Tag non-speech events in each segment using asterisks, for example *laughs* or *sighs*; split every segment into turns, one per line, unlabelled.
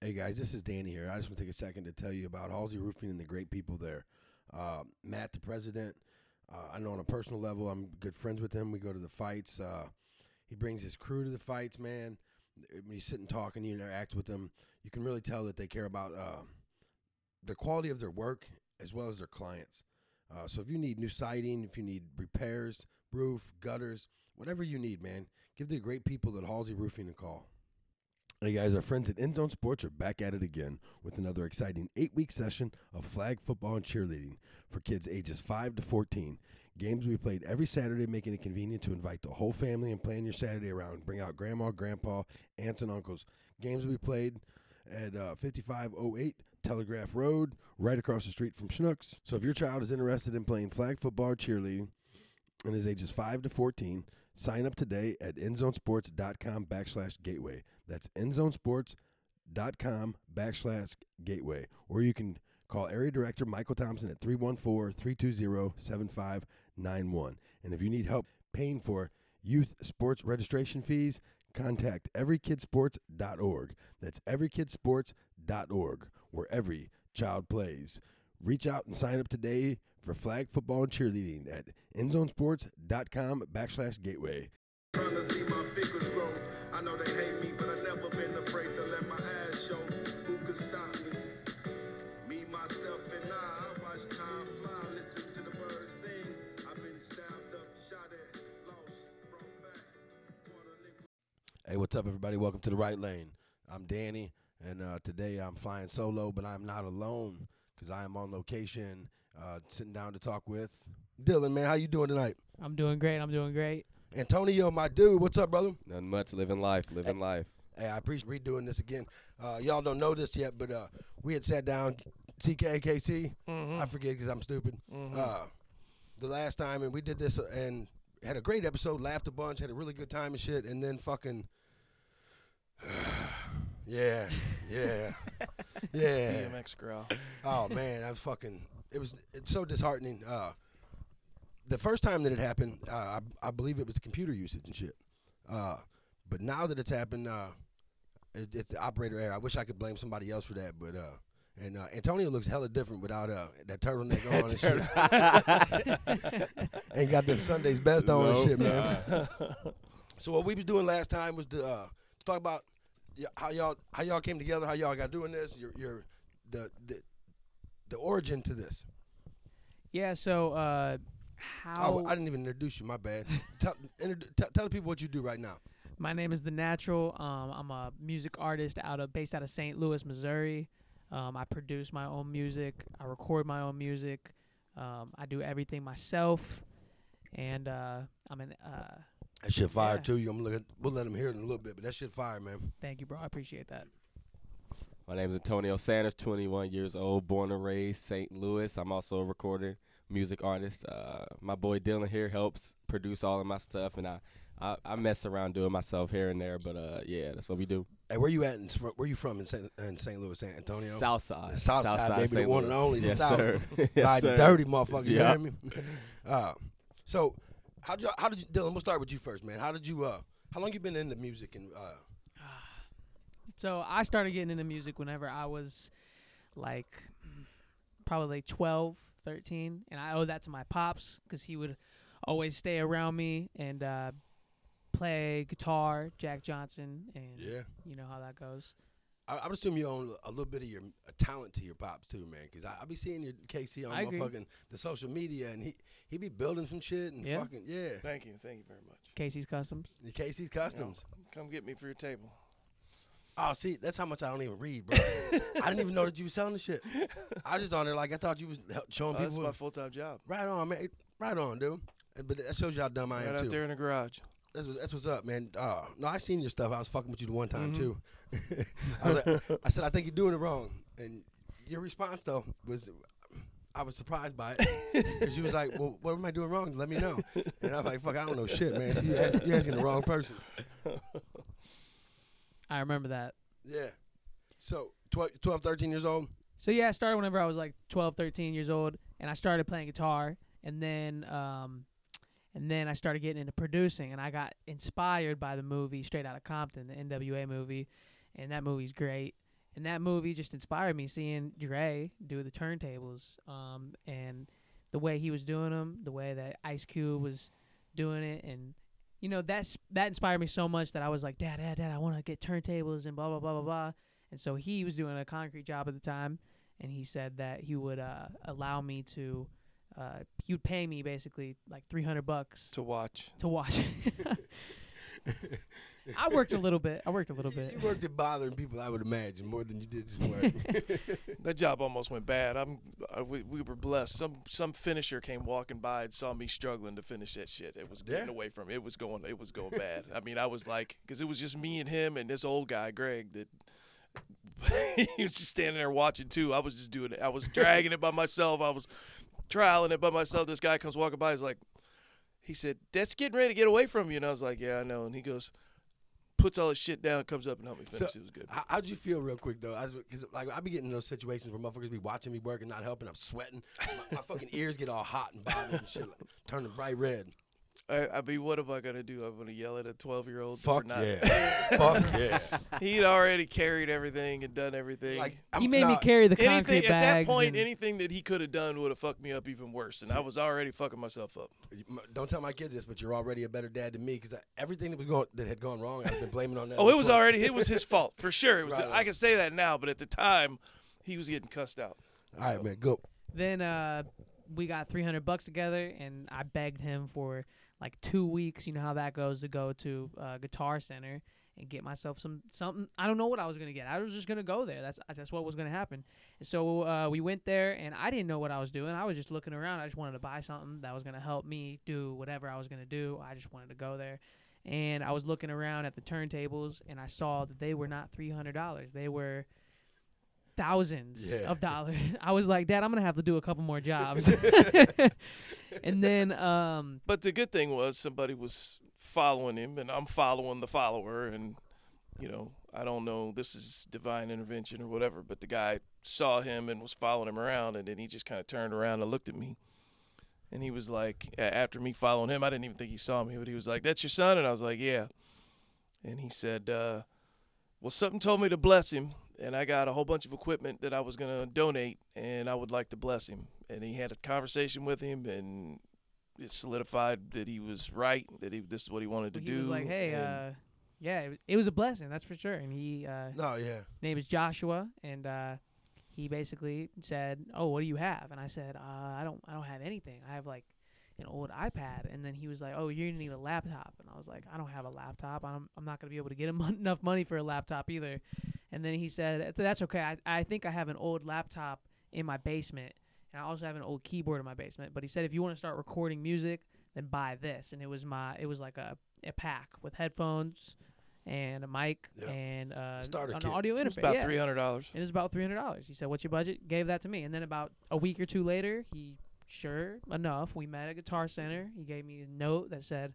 Hey guys, this is Danny here. I just want to take a second to tell you about Halsey Roofing and the great people there. Uh, Matt, the president, uh, I know on a personal level, I'm good friends with him. We go to the fights. Uh, he brings his crew to the fights, man. When you sit and talk and you interact with them, you can really tell that they care about uh, the quality of their work as well as their clients. Uh, so if you need new siding, if you need repairs, roof, gutters, whatever you need, man, give the great people at Halsey Roofing a call. Hey guys, our friends at Endzone Sports are back at it again with another exciting eight week session of flag football and cheerleading for kids ages 5 to 14. Games will be played every Saturday, making it convenient to invite the whole family and plan your Saturday around. Bring out grandma, grandpa, aunts, and uncles. Games will be played at uh, 5508 Telegraph Road, right across the street from Schnooks. So if your child is interested in playing flag football or cheerleading, and is ages 5 to 14 sign up today at endzonesports.com backslash gateway that's endzonesports.com backslash gateway or you can call area director michael thompson at 314-320-7591 and if you need help paying for youth sports registration fees contact everykidsports.org that's everykidsports.org where every child plays Reach out and sign up today for flag football and cheerleading at endzonesports.com backslash gateway.
Tryna see my figures grow. I know they hate me, but I never been afraid to let my ass show. Who could stop me? Me, myself, and I. I watch time fly, listen to the birds sing. I've been stabbed up, shot at, lost, brought back. What a nigga.
Hey, what's up, everybody? Welcome to the right lane. I'm Danny, and uh, today I'm flying solo, but I'm not alone because I am on location, uh, sitting down to talk with Dylan. Man, how you doing tonight?
I'm doing great. I'm doing great.
Antonio, my dude, what's up, brother?
Nothing much. Living life. Living life.
Hey, I appreciate redoing this again. Uh, y'all don't know this yet, but uh, we had sat down, CKKC. I forget because I'm stupid. Uh, the last time, and we did this uh, and had a great episode, laughed a bunch, had a really good time and shit, and then fucking. *sighs* yeah, yeah, yeah.
DMX growl.
Oh man, I fucking it was it's so disheartening. Uh, the first time that it happened, uh, I, I believe it was the computer usage and shit. Uh, but now that it's happened, uh, it, it's the operator error. I wish I could blame somebody else for that, but uh, and uh, Antonio looks hella different without uh, that turtleneck on and shit. Ain't got them Sunday's best on and shit, man. So what we was doing last time was to, uh, to talk about y- how y'all how y'all came together, how y'all got doing this, your your the the, the origin to this.
Yeah. So uh, how
Oh, I didn't even introduce you. My bad. tell, introdu- tell tell the people what you do right now.
my name is The Natural. Um, I'm a music artist out of based out of St. Louis, Missouri. Um, I produce my own music. I record my own music. Um, I do everything myself, and uh, I'm an. Uh,
That shit fire
Yeah.
too. You, I'm looking. We'll let them hear it in a little bit, but that shit fire, man.
thank you, bro. I appreciate that.
My name is Antonio Sanders. 21 years old. Born and raised St. Louis. I'm also a recording music artist. Uh, my boy Dylan here helps produce all of my stuff, and I, I, I mess around doing myself here and there. But uh, yeah, that's what we do.
Hey, where you at? In, Sp- where you from in Saint, in St. Louis, San Antonio?
Southside.
The South Side, baby, the
St.
one and
Louis.
only, the
Yes,
South.
sir. *laughs* yes,
Like
sir. *laughs*
dirty *laughs* motherfucker. You
Yeah.
hear me? Uh, so, how you, how did you, Dylan? We'll start with you first, man. How did you? Uh, how long you been into music and? Uh,
So I started getting into music whenever I was like probably like 12, 13. And I owe that to my pops because he would always stay around me and uh, play guitar, Jack Johnson. And
Yeah.
you know how that goes.
I, I would assume you own a little bit of your uh talent to your pops too, man. Because I, I be seeing your KC on
I agree.
motherfucking the social media, and he he be building some shit and
Yeah.
fucking yeah.
Thank you. Thank you very much.
Casey's Customs.
The KC's customs.
Come get me for your table.
Oh, see, that's how much I don't even read, bro. I didn't even know that you was selling the shit. I was just on there like I thought you was hel- showing
Oh, this is
people.
my full time job.
right on, man. Right on, dude. Uh, But that shows you how dumb I
Right
am
out
too.
there in the garage.
That's, what- that's what's up, man. Uh, no, I seen your stuff. I was fucking with you the one time
Mm-hmm.
too. *laughs* I, was like, I said, I think you're doing it wrong, and your response though was, I was surprised by
*laughs*
it because you was like, "Well, what am I doing wrong? Let me know." And I'm like, "Fuck, I don't know shit, man. So you ask- you're asking the wrong person."
I remember that.
Yeah. So 12, 12 13 years
*laughs*
old.
So yeah, I started whenever I was like 12, 13 years old, and I started playing guitar, and then um, and then I started getting into producing, and I got inspired by the movie Straight Outta Compton, the NWA movie, and that movie's great. and that movie just inspired me seeing Dre do the turntables, um, and the way he was doing them, the way that Ice Cube was doing it, and you know that's that inspired me so much that I was like, Dad, Dad, Dad, I want to get turntables and blah blah blah blah blah. And so he was doing a concrete job at the time, and he said that he would uh, allow me to, uh, he would pay me basically like three hundred bucks
to watch.
to watch. *laughs* I worked a little bit. I worked a little
You,
*laughs*
bit.
you worked at bothering people, I would imagine, more than you did just work.
That job almost went bad. I'm, I, we, we were blessed. Some some finisher came walking by and saw me struggling to finish that shit. It was getting
Yeah.
away from. It was going. It was going bad. I mean, I was like, because it was just me and him and this old guy Greg that. *laughs* he was just standing there watching too. I was just doing it.
*laughs*
I was dragging it by myself. I was trialing it by myself. This guy comes walking by. He's like, he said, "That's getting ready to get away from you." And I was like, "Yeah, I know." And he goes, puts all his shit down, comes up and helps me
So,
finish. it was good.
How, how'd you feel, real quick though? Because like I be getting in those situations where motherfuckers be watching me work and not helping. I'm sweating. My,
*laughs*
my fucking ears get all hot and bothered and shit, like, turning bright red.
I, I mean, what am I gonna do? I'm gonna yell at a 12 year old.
Fuck
for not.
yeah. Fuck yeah.
*laughs* He'd already carried everything and done everything.
Like
he
I'm-
made me
nah,
carry the concrete
anything at
bags.
that point,
and-
anything that he could have done would have fucked me up even worse, and I was already fucking myself up.
m- Don't tell my kids this, but you're already a better dad than me because everything that was going that had gone wrong, I've been blaming on that.
*laughs* Oh, it was
twelve.
already. It
*laughs*
was his fault for sure. It was.
Right, right.
I can say that now, but at the time, he was getting cussed out.
All right, man, go.
then uh, we got 300 bucks together, and I begged him for like two weeks. You know how that goes to go to uh, Guitar Center and get myself some something. I don't know what I was gonna get. I was just gonna go there. That's that's what was gonna happen. And so uh, we went there, and I didn't know what I was doing. I was just looking around. I just wanted to buy something that was gonna help me do whatever I was gonna do. I just wanted to go there. And I was looking around at the turntables, and I saw that they were not three hundred dollars. They were thousands
Yeah.
of dollars. *laughs* I was like, Dad, I'm gonna have to do a couple more jobs. *laughs* and then, um,
But the good thing was somebody was following him, and I'm following the follower, and you know, I don't know, this is divine intervention or whatever. But the guy saw him and was following him around, and then he just kind of turned around and looked at me, and he was like, a- after me following him, I didn't even think he saw me, but he was like, "That's your son," and I was like, "Yeah," and he said, uh, "Well, something told me to bless him." And I got a whole bunch of equipment that I was gonna donate, and I would like to bless him. And he had a conversation with him, and it solidified that he was right, that he this is what he wanted to
he
do.
was like, Hey,
and-
uh, yeah, it, was- it was a blessing, that's for sure. And he, uh,
No, yeah.
name is Joshua, and uh, he basically said, "Oh, what do you have?" And I said, uh, "I don't, I don't have anything. I have like an old iPad." And then he was like, "Oh, you need a laptop," and I was like, "I don't have a laptop. I'm, I'm not gonna be able to get em- *laughs* enough money for a laptop either." And then he said, "That's okay. I, I think I have an old laptop in my basement, and I also have an old keyboard in my basement." But he said, "If you want to start recording music, then buy this." And it was my, it was like a, a pack with headphones. And a mic
Yeah.
and uh,
Starter
an
kit.
audio
It was
interface.
about
yeah.
three hundred dollars.
It was about three hundred dollars. He said, "What's your budget?" Gave that to me, and then about a week or two later, he sure enough, we met at Guitar Center. He gave me a note that said,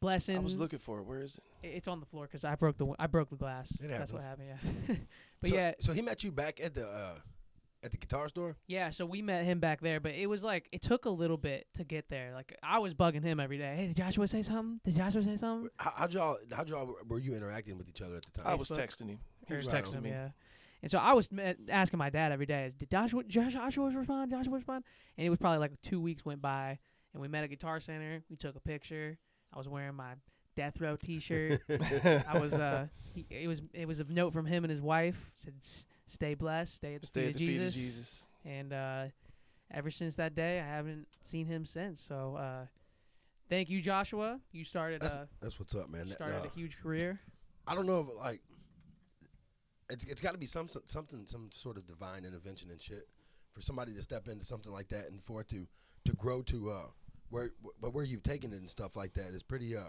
"Blessing."
I was looking for it. Where is it?
I- It's on the floor because I broke the wi- I broke the glass.
It
That's what
happens.
happened.
*laughs*
Yeah, *laughs* but
so,
yeah,
So he met you back at the uh, at the guitar store.
yeah. So we met him back there, but it was like it took a little bit to get there. Like I was bugging him every day. Hey, did Joshua say something? Did Joshua say something?
How, how'd y'all? How'd y'all? Were you interacting with each other at the time?
I was
Facebook.
texting him. He
Or
was
Right.
texting me.
Yeah. And so I was ma- asking my dad every day, is, did Joshua, Josh- Joshua respond? Joshua respond? And it was probably like two weeks went by, and we met at Guitar Center. We took a picture. I was wearing my Death Row T-shirt.
*laughs*
I was. Uh, he, it was. It was a note from him and his wife. Said, "S- "Stay blessed. Stay at the,
Stay
feet,
at the
of
feet of
Jesus.
Jesus.
And uh, ever since that day, I haven't seen him since. So uh, thank you, Joshua. You started.
That's-
Uh,
That's what's up, man.
you
That-
started
uh,
a huge career.
I don't know if like it's it's got to be some some- something some sort of divine intervention and shit for somebody to step into something like that and for it to to grow to uh where wh- but where you've taken it and stuff like that is pretty uh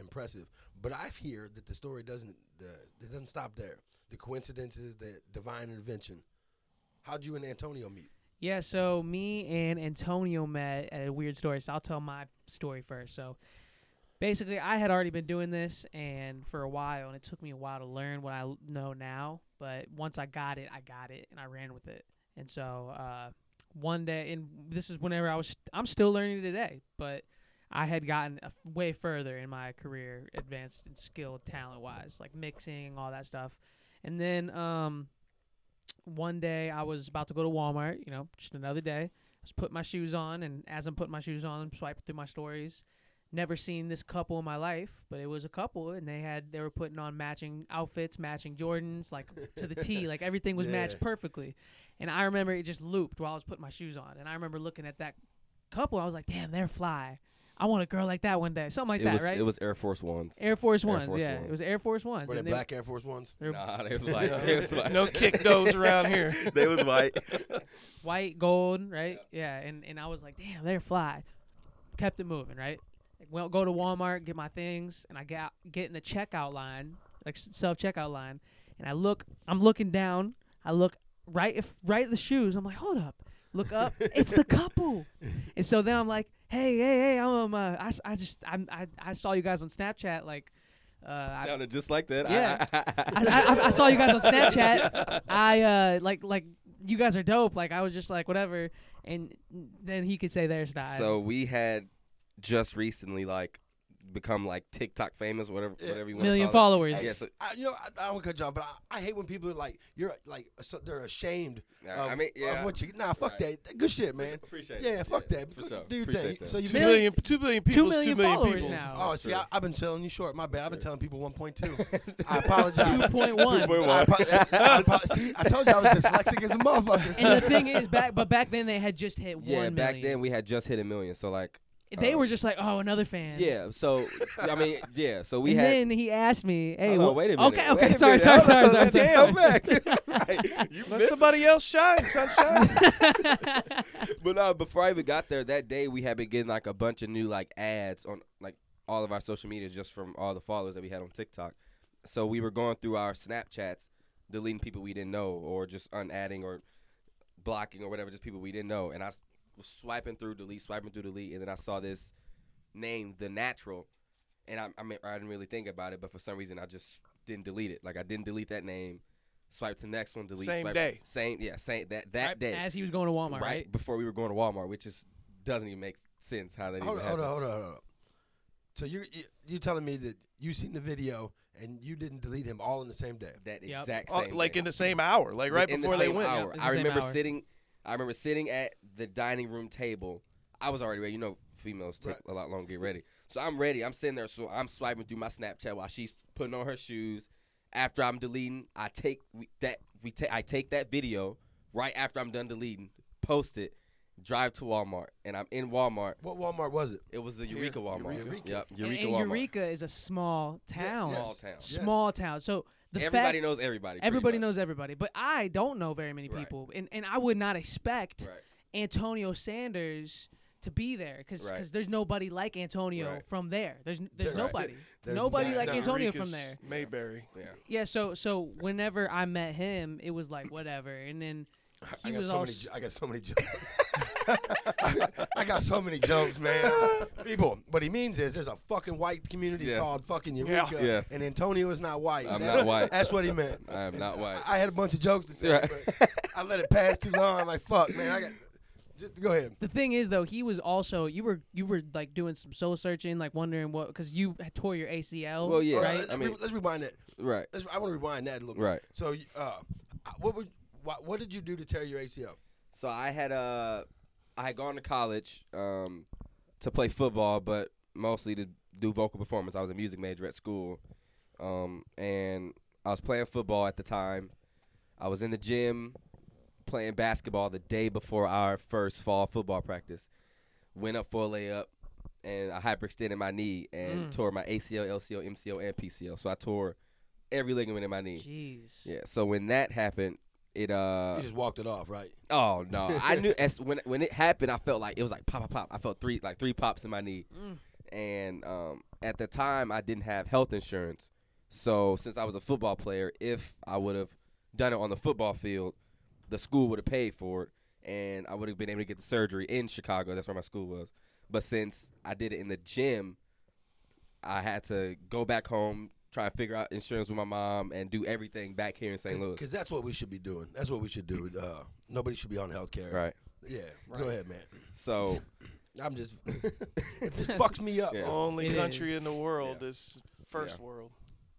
impressive. But I hear that the story doesn't the it doesn't stop there. The coincidences, the divine intervention. How'd you and Antonio meet?
Yeah, so me and Antonio met at a weird story. So I'll tell my story first. So basically, I had already been doing this and for a while, and it took me a while to learn what I l- know now. But once I got it, I got it, and I ran with it. And so uh, one day, and this is whenever I was, I'm still learning today, but I had gotten a f way further in my career, advanced and skilled talent wise, like mixing, all that stuff. And then um, one day I was about to go to Walmart, you know, just another day. I was putting my shoes on, and as I'm putting my shoes on, I'm swiping through my stories. Never seen this couple in my life, but it was a couple, and they had they were putting on matching outfits, matching Jordans, like to the T, like everything was matched
Yeah.
perfectly. And I remember it just looped while I was putting my shoes on, and I remember looking at that couple, I was like, damn, they're fly. I want a girl like that one day, something like
it
that,
was
right?
it was Air Force Ones.
Air Force
Air
Ones,
Force
yeah,
One.
it was Air Force Ones.
Were they
and they-
black Air Force Ones?
they're
Nah, they was white.
No.
*laughs* they was white.
No kick those around here.
they was white.
white, gold, right? Yeah. And and I was like, damn, they're fly. Kept it moving, right? Like, well, go to Walmart, get my things, and I get out- get in the checkout line, like self checkout line, and I look. I'm looking down. I look right if right at the shoes. I'm like, hold up, look up. it's the couple. And so then I'm like, hey, hey, hey, I'm um, uh, I, s- I just I'm, I I saw you guys on Snapchat, like. Uh, *laughs* I,
Sounded just like that. *laughs*
Yeah.
I,
I, I, I saw you guys on Snapchat. I uh like like you guys are dope. Like I was just like whatever, and then he could say there's not.
so we had just recently like become like TikTok famous, whatever,
Yeah.
whatever you want.
million
call
followers.
It. Yeah, so,
I, you know, I, I don't cut you off, but I, I hate when people are like you're like so they're ashamed.
Yeah,
of,
I mean, yeah.
of what you nah, fuck
Right.
that. Good shit, man.
Appreciate it.
Yeah, fuck
Yeah,
that.
for
Go-
sure.
Do your
Appreciate
thing.
that.
So you
Two million, two million people. is
million
two million
followers
people.
now.
Oh,
That's
see,
true.
I, I've been selling you short. My bad. I've been telling people
*laughs*
1.2. I
Oh,
apologize.
*laughs* two point one.
I apo- I apo- see, I told you I was dyslexic as a motherfucker.
And the thing is, back but back then they had just hit
yeah
one
back
million.
then we had just hit a million. So like,
they
um,
were just like, oh, another fan.
yeah. So I mean, yeah. So we
and
had.
then he asked me, hey,
Hold on,
what-
wait a minute.
Okay,
wait
okay,
a
sorry,
minute.
sorry, sorry,
Hold
sorry,
on,
sorry,
*laughs* damn,
sorry.
*laughs* Mac. you
Let
missed
somebody else shine, sunshine.
*laughs*
*laughs* but no, before I even got there, that day we had been getting like a bunch of new like ads on like all of our social medias just from all the followers that we had on TikTok. So we were going through our Snapchats, deleting people we didn't know, or just unadding or blocking or whatever, just people we didn't know. And I s- was swiping through delete, swiping through delete, and then I saw this name, The Natural, and I, I mean I didn't really think about it, but for some reason I just didn't delete it. Like I didn't delete that name. Swipe to next one, delete.
Same
swipe-
day.
Same, yeah, same that that
Right
day
as he was going to Walmart, right?
before we were going to Walmart, which just doesn't even make sense how
*laughs*
that
Hold
even
on,
happened.
hold on, hold on, hold on. So you're you, you telling me that you seen the video and you didn't delete him all in the same day?
That
Yep.
exact
Oh,
same
like
day.
in the same hour, like right
In the
before they
same
went.
hour.
Yep, in the
I
same
remember
hour.
sitting. I remember sitting at the dining room table. I was already ready. You know, females take
Right.
a lot longer to get ready. So I'm ready. I'm sitting there. So I'm swiping through my Snapchat while she's putting on her shoes. After I'm deleting, I take we, that we ta- I take that video right after I'm done deleting, post it, drive to Walmart, and I'm in Walmart.
What Walmart was it?
It was the Eureka Walmart.
Eureka.
Yep,
And,
Eureka
and
Walmart.
Eureka is a small town.
yes.
Small town.
Yes.
Small town. So the fact
Everybody knows everybody. pretty
Everybody
much.
knows everybody, but I don't know very many
Right.
people, and and I would not expect
Right.
Antonio Sanders to be there because
Right.
there's nobody like Antonio
Right.
from there. There's n- there's
There's-
nobody,
there's
nobody
not-
like
no,
Antonio
Eureka's
from there.
Mayberry.
Yeah.
Yeah, so so whenever I met him, it was like whatever, and then
I
he
got
was
so
all
many.
s-
jo- I got so many *laughs*
*laughs*
jokes. I got so many jokes,
*laughs*
man. People, what he means is there's a fucking white community
Yes.
called fucking Eureka,
Yes.
and Antonio is not white.
I'm
that's,
not
*laughs*
white.
That's what he meant.
I am not white.
I, I had a bunch of jokes to say,
Right.
but I let it pass too long. I'm like, fuck, man. I got. Just go ahead.
The thing is, though, he was also you were you were like doing some soul searching, like wondering what because you had tore your ACL.
Well, yeah.
All
Right.
let's,
I mean,
let's rewind that.
right.
Let's, I want to rewind that a little bit.
Right.
So, you- uh, what would what, what did you do to tear your ACL?
So I had uh, I had gone to college um, to play football, but mostly to do vocal performance. I was a music major at school, um, and I was playing football at the time. I was in the gym playing basketball the day before our first fall football practice. Went up for a layup, and I hyperextended my knee and
Mm.
tore my ACL, LCL, MCL, and PCL. So I tore every ligament in my knee.
jeez.
Yeah. So when that happened, it uh,
You just walked it off, right?
Oh no!
*laughs*
I knew as when when it happened, I felt like it was like pop, pop, pop. I felt three like three pops in my knee,
Mm.
and um, at the time I didn't have health insurance. So since I was a football player, if I would have done it on the football field, the school would have paid for it, and I would have been able to get the surgery in Chicago. That's where my school was. But since I did it in the gym, I had to go back home, try to figure out insurance with my mom, and do everything back here in St. Louis.
Because that's what we should be doing. That's what we should do. Uh, nobody should be on health care.
Right.
Yeah. Go ahead, man. *laughs*
So
I'm
*laughs*
just. it just fucks me up.
Yeah.
Only
It
country
is.
in the world is first world.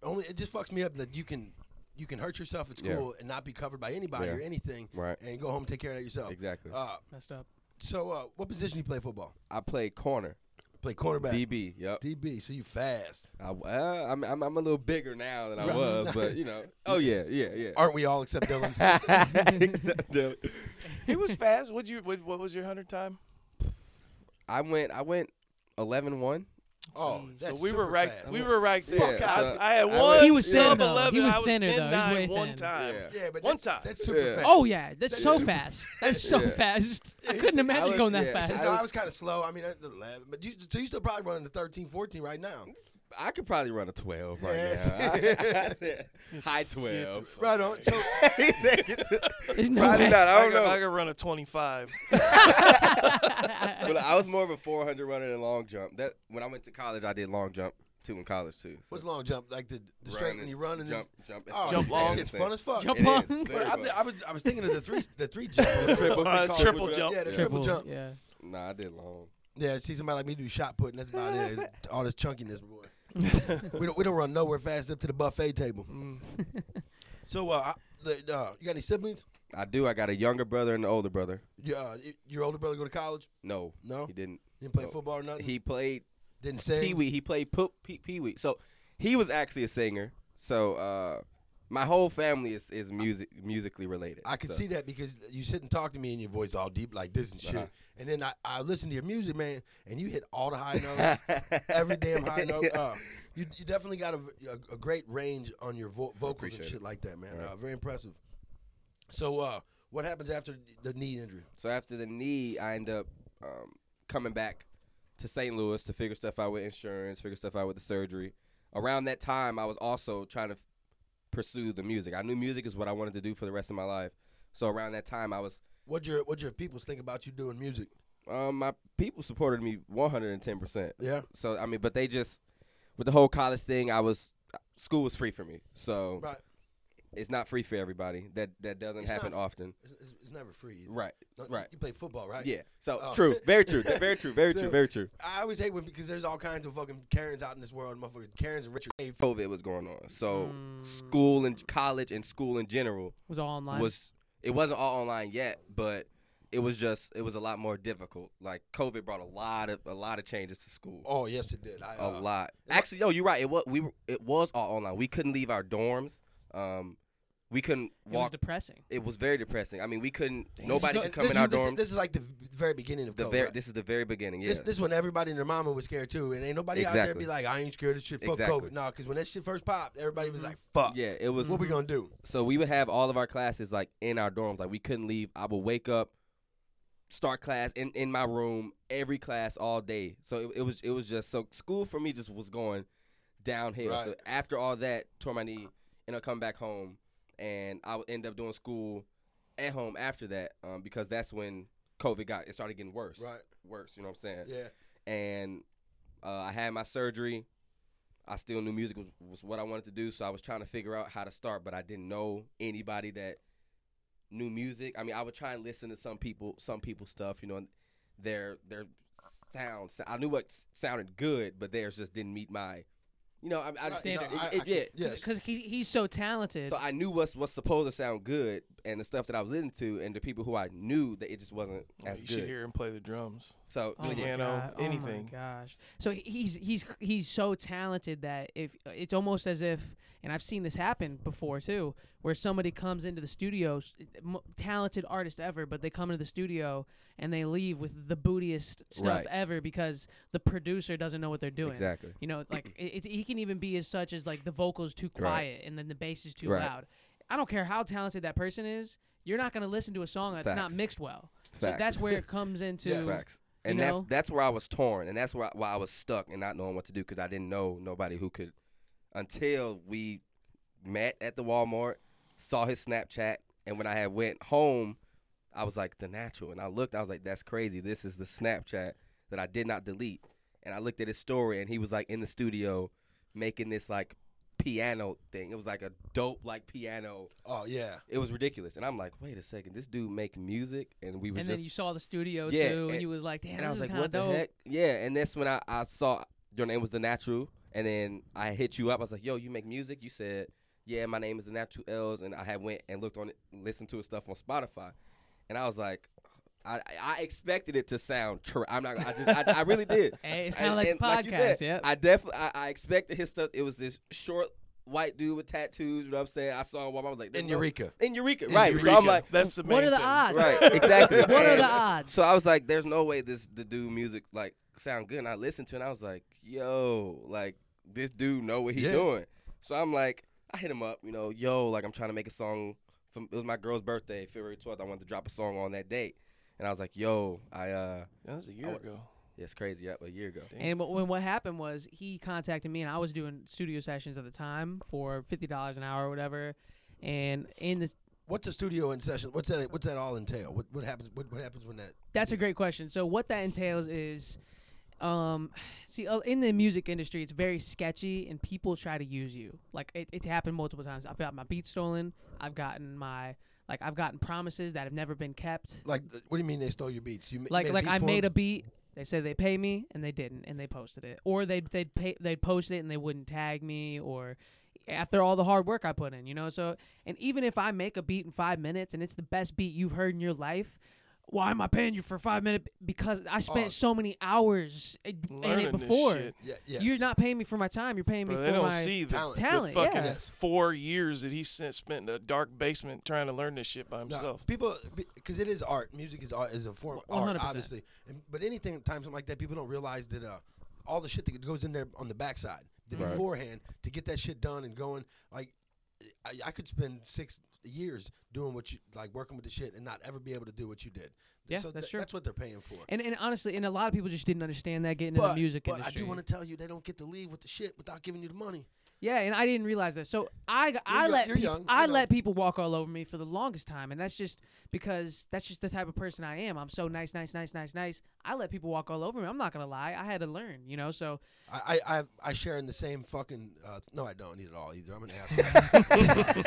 Only it just fucks me up that you can you can hurt yourself at
Yeah.
school and not be covered by anybody
Yeah.
or anything,
Right.
and go home and take care of that yourself.
Exactly.
Uh,
Messed up.
so, uh, what position you play football?
I play corner.
Play quarterback,
DB. Yep.
DB. So you fast.
I, uh, I'm, I'm I'm a little bigger now than I
Right.
was, but
*laughs*
you know. Oh yeah, yeah, yeah.
Aren't we all except
*laughs*
Dylan?
Except Dylan.
He was fast. What you? What, what was your hundred time?
I went I went 11-1.
oh,
Jeez.
that's
so we were
super
right.
fast.
We were right there.
Fuck, I-
I, I had
I
one.
was-
He was
sub
thin, though.
11.
He was
I was
thinner, though. He
10,
was
9
way
one
thin.
time.
Yeah.
Yeah, but
One
that's,
time.
That's super
Yeah.
fast.
Oh yeah, that's
That's
so
super- *laughs*
fast. That's so
Yeah.
fast. I
Yeah,
couldn't
I
imagine
was-
going that
yeah, I
See,
fast.
no, I
was-
was kind of slow. I mean, I, 11, but you, so you still probably running the 13, 14 right now.
I could probably run a 12 right
Yes.
now. *laughs* High 12.
Right on. So,
*laughs*
There's no
probably
way.
not. I
I,
don't
could,
know.
I could run a 25.
But I was more of a 400 runner than long jump. That when I went to college, I did long jump too in college too. So
what's long jump? Like the, the straight
running,
when you run and then
jump, jump, it's
oh,
fun.
Jump
that
long.
shit's *laughs* fun as fuck.
Jump
It is.
long.
Very
But I,
fun.
I was I was thinking of the three the three jump, the
*laughs*
triple,
Uh,
they call it.
triple jump.
yeah, the
Yeah.
triple jump.
Yeah.
Nah, I did long.
Yeah, see somebody like me do shot put, and that's about it. All this chunkiness, boy. we don't we don't run nowhere fast up to the buffet table. so, uh, I- the, uh, you got any siblings?
I do. I got a younger brother and an older brother.
You, uh, y- your older brother go to college?
No,
No,
he didn't.
didn't play
no.
football or nothing.
He played
didn't sing.
Pee Wee. He played poop Pee Pee Wee. So he was actually a singer. So uh, my whole family is, is music musically related.
I could
so. *laughs*
see that because you sit and talk to me, and your voice all deep like this and shit.
Uh-huh.
And then I, I listen to your music, man, and you hit all the high
*laughs*
notes, every damn high note. Uh, you, you definitely got a, a, a great range on your vo- vocals and
appreciate
shit
it.
like that, man.
All right.
Uh, very impressive. So, uh, what happens after the knee injury?
So after the knee, I end up um, coming back to St. Louis to figure stuff out with insurance, figure stuff out with the surgery. Around that time, I was also trying to f- pursue the music. I knew music is what I wanted to do for the rest of my life. So around that time, I was
What your what your peoples think about you doing music?
um, my people supported me 110 percent.
Yeah,
So I mean, but they just with the whole college thing, I was school was free for me. So
right.
it's not free for everybody. That that doesn't
It's
happen
not-
often.
It's, it's, it's never free. either.
Right.
No, you-
right.
You play football, right?
Yeah. So
Oh.
true. Very
*laughs*
true. Very true. Very
So-
true. Very true.
I always hate when because there's all kinds of fucking Karens out in this world, motherfuckers. Karens and Richard. Cave.
COVID was going on. So
Mm.
school and college and school in general
It was all online.
was it wasn't all online yet, but it was just it was a lot more difficult. Like COVID brought a lot of a lot of changes to school.
Oh yes, it did. I,
A
uh,
lot. Actually, no, you're right. It was we were, it was all online. We couldn't leave our dorms. Um, we couldn't
it was
walk.
depressing.
It was very depressing. I mean, we couldn't.
This
Nobody
is-
could come
this
in
is-
our
this,
dorms.
This is like the very beginning of
the
COVID,
very
right?
this is the very beginning. Yeah.
This this when everybody and their mama was scared too, and ain't nobody out there
Exactly.
be like, I ain't scared of shit. Fuck
Exactly.
COVID, nah, because when that shit first popped, everybody
Mm-hmm.
was like, fuck.
yeah, it was.
uh, What we gonna do?
So we would have all of our classes like in our dorms. Like we couldn't leave. I would wake up, start class in, in my room every class all day. So it, it was it was just so school for me just was going downhill. So
Right.
after all that, tore my knee and I come back home and I would end up doing school at home after that um, because that's when COVID got it started getting worse.
Right.
Worse. You know what I'm saying?
Yeah.
and uh, I had my surgery. I still knew music was, was what I wanted to do, so I was trying to figure out how to start, but I didn't know anybody that knew music. I mean, I would try and listen to some people, some people's stuff, you know, and their their sound. I knew what s- sounded good, but theirs just didn't meet my, you know, I, I just
Standard.
it-
I-
it-
I-
yeah.
Yes.
Because he, he's so talented.
So I knew what's what's supposed to sound good, and the stuff that I was listening to, and the people who I knew that it just wasn't as
Oh, you should
good.
hear him play the drums.
So
Oh
yeah,
my
piano,
God. Oh my
anything.
gosh. So he's he's he's so talented that if it's almost as if and I've seen this happen before too, where somebody comes into the studio, s- m- talented artist ever, but they come into the studio and they leave with the bootiest stuff
Right.
ever because the producer doesn't know what they're doing.
exactly.
You know, like it, it, he can even be as such as like the vocals too
Right.
quiet and then the bass is too
Right.
loud. I don't care how talented that person is. You're not going to listen to a song that's not
Facts.
mixed well. So
Facts.
that's where
*laughs*
it comes into.
Yes.
Facts.
You
And that's
know?
that's where I was torn, and that's why why I was stuck and not knowing what to do because I didn't know nobody who could until we met at the Walmart, saw his Snapchat, and when I had went home, I was like the natural, and I looked, I was like that's crazy. This is the Snapchat that I did not delete, and I looked at his story, and he was like in the studio making this like piano thing. It was like a dope like piano.
Oh yeah.
It was ridiculous, and I'm like, wait a second, this dude make music, and we were
and
just
then you saw the studio
Yeah,
too, and
and-
you was like, "Damn,
and I was
this
like,
is
"What
kinda
the
dope."
heck?" Yeah, and that's when I, I saw your name was the Natural, and then I hit you up. I was like, "Yo, you make music?" You said, yeah, my name is the Natural L's, and I had went and looked on it, listened to his stuff on Spotify, and I was like, I, I expected it to sound true. I'm not. I just. I, I
*laughs*
really did.
Hey,
*laughs*
it's
And-
kind of like a
and you said,
podcast. yep.
I definitely. I, I expected his stuff. It was this short white dude with tattoos. You know what I'm saying? I saw him. I was like,
In
no-
Eureka.
In Eureka. right. So I'm
Eureka.
like,
that's the main
what are the
thing.
odds?
Right,
*laughs*
*laughs*
exactly.
what are
And *laughs*
the odds?
So I was like, there's no way this the dude music like sound good. And I listened to it and I was like, yo, like this dude know what he
Yeah.
doing. So I'm like, I hit him up, you know, yo, like I'm trying to make a song from it was my girl's birthday, February twelfth. I wanted to drop a song on that date. And I was like, yo, I uh
That was a year
I-
ago.
it's crazy, yep, a year ago.
And what, when what happened was he contacted me, and I was doing studio sessions at the time for fifty dollars an hour or whatever. And in the
What's a studio in session? What's that? What's that all entail? What what happens? What, what happens when that?
that's a great question. So what that entails is, um, see, uh, in the music industry, it's very sketchy, and people try to use you. Like it, it's happened multiple times. I've got my beats stolen. I've gotten my like I've gotten promises that have never been kept.
Like, what do you mean they stole your beats? You ma-
like
made a
like
beat
I
for 'em?
made a beat. They said they pay me, and they didn't, and they posted it, or they would they'd pay, they'd post it and they wouldn't tag me, or after all the hard work I put in, you know. So and even if I make a beat in five minutes and it's the best beat you've heard in your life. Why am I paying you for five minutes? Because I
Oh.
spent so many hours uh, in
Learning
it
this
before.
shit.
Yeah, yes.
You're not paying me for my time. You're paying me
Bro,
for
they don't
my
see the,
Talent.
the
Talent,
fucking
yeah.
four years that he sent, spent in a dark basement trying to learn this shit by
No, *laughs*
himself.
people, because it is art. Music is art, is a form of art,
100%.
obviously. And, but anything, time something like that, people don't realize that uh, all the shit that goes in there on the backside, the
Right.
beforehand, to get that shit done and going. Like, I, I could spend six years doing what you like, working with the shit, and not ever be able to do what you did.
Yeah,
so
that's
tha-
true.
That's what they're paying for.
And and honestly, and a lot of people just didn't understand that getting in the
but
music
but I
industry.
do want to tell you, they don't get to leave with the shit without giving you the money.
Yeah, and I didn't realize that. So I I
young-
let
you're
peop-
young,
I
you know.
let people walk all over me for the longest time, and that's just because that's just the type of person I am. I'm so nice, nice, nice, nice, nice. I let people walk all over me. I'm not gonna lie. I had to learn, you know. So
I, I, I, I share in the same fucking. Uh, no, I don't need it all either. I'm an asshole.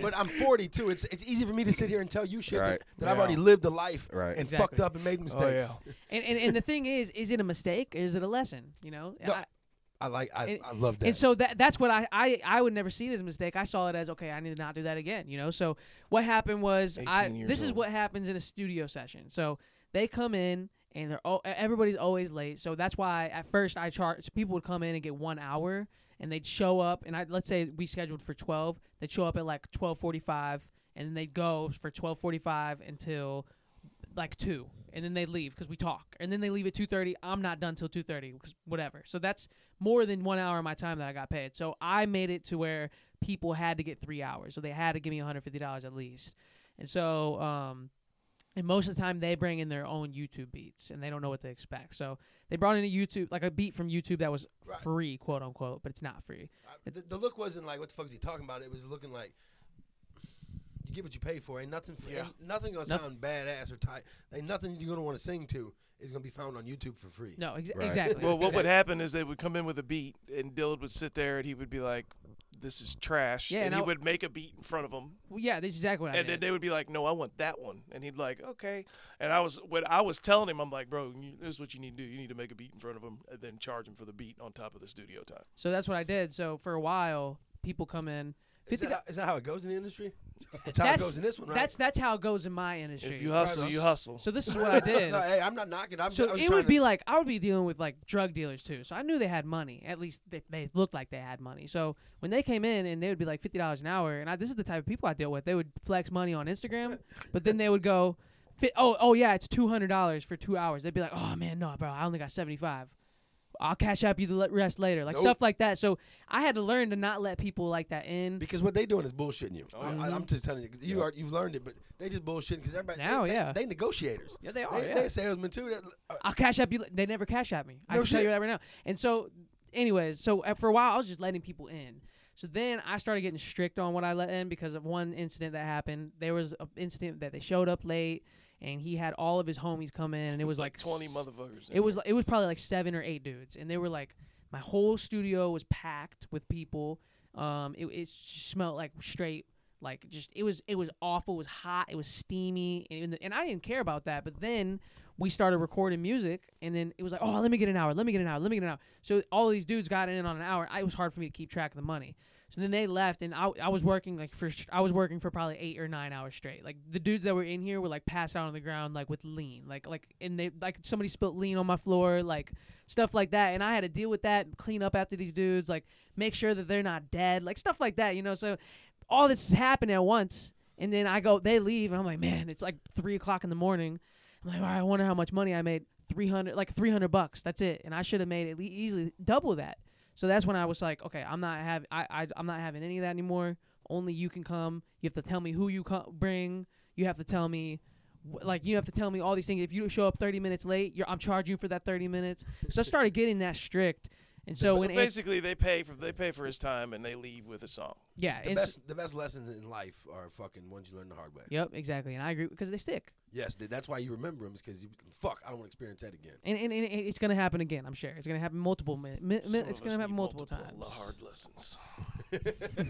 but I'm 42. It's it's easy for me to sit here and tell you shit
Right.
that, that I've already
Yeah.
lived a life
Right.
and
Exactly.
fucked up and made mistakes.
and and, and the thing is, is it a mistake? Or is it a lesson? You know.
No,
I,
I like. I,
And-
I love that.
and so that that's what I, I I would never see this mistake. I saw it as okay, I need to not do that again. You know. So what happened was I
18 years
this is
old.
what happens in a studio session. So they come in and they're all, e, everybody's always late. So that's why at first I charged people would come in and get one hour and they'd show up and I let's say we scheduled for twelve, they'd show up at like twelve forty five and then they'd go for twelve forty five until like two and then they leave because we talk and then they leave at 2.30 i'm not done till 2.30 because whatever so that's more than one hour of my time that i got paid so i made it to where people had to get three hours so they had to give me $150 at least and so um and most of the time they bring in their own youtube beats and they don't know what to expect so they brought in a youtube like a beat from youtube that was
Right.
free quote unquote but it's not free
I- the, the look wasn't like what the fuck is he talking about. It was looking like you get what you pay for. Ain't nothing. For, ain't nothing gonna
Noth-
sound badass or tight. Ain't nothing you're gonna want to sing to is gonna be found on YouTube for free.
no ex-
Right.
exactly
Well, what would
Exactly.
happen is they would come in with a beat, and Dillard would sit there, and he would be like, "This is trash,"
Yeah,
and,
and
he
I-
would make a beat in front of them,
Well, yeah this is exactly what i
and then
did
they would be like, "No, I want that one," and he'd like, "Okay," and I was when I was telling him, I'm like, "Bro, you, this is what you need to do. You need to make a beat in front of him, and then charge him for the beat on top of the studio time."
so that's what i did so for a while people come in
Is
50
that, how, is that how it goes in the industry? That's how it goes in this one, right?
That's that's how it goes in my industry.
If you hustle,
Right.
you hustle.
so this is what
*laughs*
I did.
no, hey, I'm not knocking. I'm
so
just, I was
it
trying
would
to-
be like I would be dealing with like drug dealers too. So I knew they had money. At least they, they looked like they had money. So when they came in and they would be like fifty dollars an hour, and I, this is the type of people I deal with. They would flex money
*laughs*
on Instagram, but then they would go, fi- "Oh, oh yeah, it's two hundred dollars for two hours." They'd be like, "Oh man, no, bro, I only got seventy five. I'll cash up you the le- rest later, like
Nope.
stuff like that." So I had to learn to not let people like that in.
Because what they doing is bullshitting
Oh,
you. I, am just telling you. 'cause You are you've learned it, but they just bullshitting because everybody they-
Now,
they,
yeah.
they, negotiators.
yeah, they are.
they,
yeah.
they salesmen too. That, uh,
I'll cash up you. la- They never cash at me. I
No
can tell you
shit.
that right now. And so, anyways, so uh, for a while I was just letting people in. So then I started getting strict on what I let in because of one incident that happened. There was an incident that they showed up late, and he had all of his homies come in, and it was like
twenty
s-
motherfuckers. in
It was
there.
like- it was probably like seven or eight dudes, and they were like my whole studio was packed with people. Um, it, it smelled like straight like just it was it was awful. It was hot. It was steamy, and and- and I didn't care about that. But then we started recording music, and then it was like, oh, let me get an hour. Let me get an hour. Let me get an hour. So all these dudes got in on an hour. I, it was hard for me to keep track of the money. So then they left, and I, I was working like for sh- I was working for probably eight or nine hours straight. Like the dudes that were in here were like passed out on the ground, like with lean, like like and they like somebody spilled lean on my floor, like stuff like that. And I had to deal with that, clean up after these dudes, like make sure that they're not dead, like stuff like that, you know. So all this is happening at once, and then I go, they leave, and I'm like, man, it's like three o'clock in the morning. I'm like, all right, I wonder how much money I made. Three hundred, like three hundred bucks. That's it. And I should have made at least easily double that. So that's when I was like, okay, I'm not have I, I I'm not having any of that anymore. Only you can come. You have to tell me who you co- bring. You have to tell me, wh- like you have to tell me all these things. If you show up 30 minutes late, you're, I'm charging you for that 30 minutes. So I started getting that strict. And so,
So *laughs*
when Ant-
basically, they pay for they pay for his time and they leave with a song.
yeah,
The
it's-
best, the best lessons in life are fucking ones you learn the hard way.
yep, exactly. And I agree because they stick.
Yes, th- that's why you remember them. Is because you fuck, I don't want to experience that again. *laughs*
And, and, and it's gonna happen again. I'm sure it's gonna happen multiple. Mi- mi- mi-
Some
it's
of
gonna
us
happen
need
multiple,
multiple
times.
Hard lessons.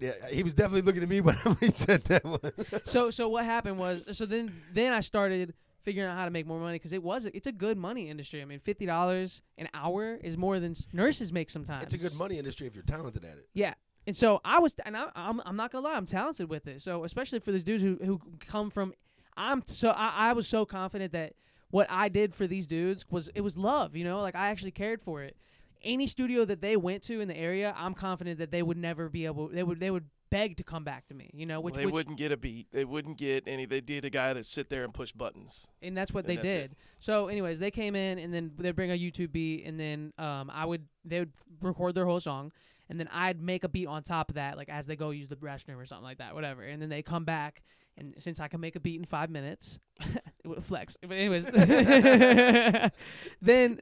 yeah, he was definitely looking at me *laughs* whenever he said that
*laughs*
one.
so so what happened was so then then I started figuring out how to make more money because it was it's a good money industry. I mean, fifty dollars an hour is more than s- nurses make sometimes.
It's a good money industry if you're talented at it.
Yeah. And so I was, and I, I'm, I'm not gonna lie, I'm talented with it. So especially for these dudes who, who come from, I'm so I, I was so confident that what I did for these dudes was it was love, you know, like I actually cared for it. Any studio that they went to in the area, I'm confident that they would never be able, they would they would beg to come back to me, you know, Uh, which,
they
which
wouldn't get a beat. They wouldn't get any. They did a guy that sit there and push buttons.
and that's what
And
they
that's
did.
it.
So, anyways, they came in and then they'd bring a YouTube beat, and then um, I would they would record their whole song, and then I'd make a beat on top of that, like as they go use the restroom or something like that, whatever. And then they come back, and since I can make a beat in five minutes, *laughs* it would flex. But anyways, *laughs* then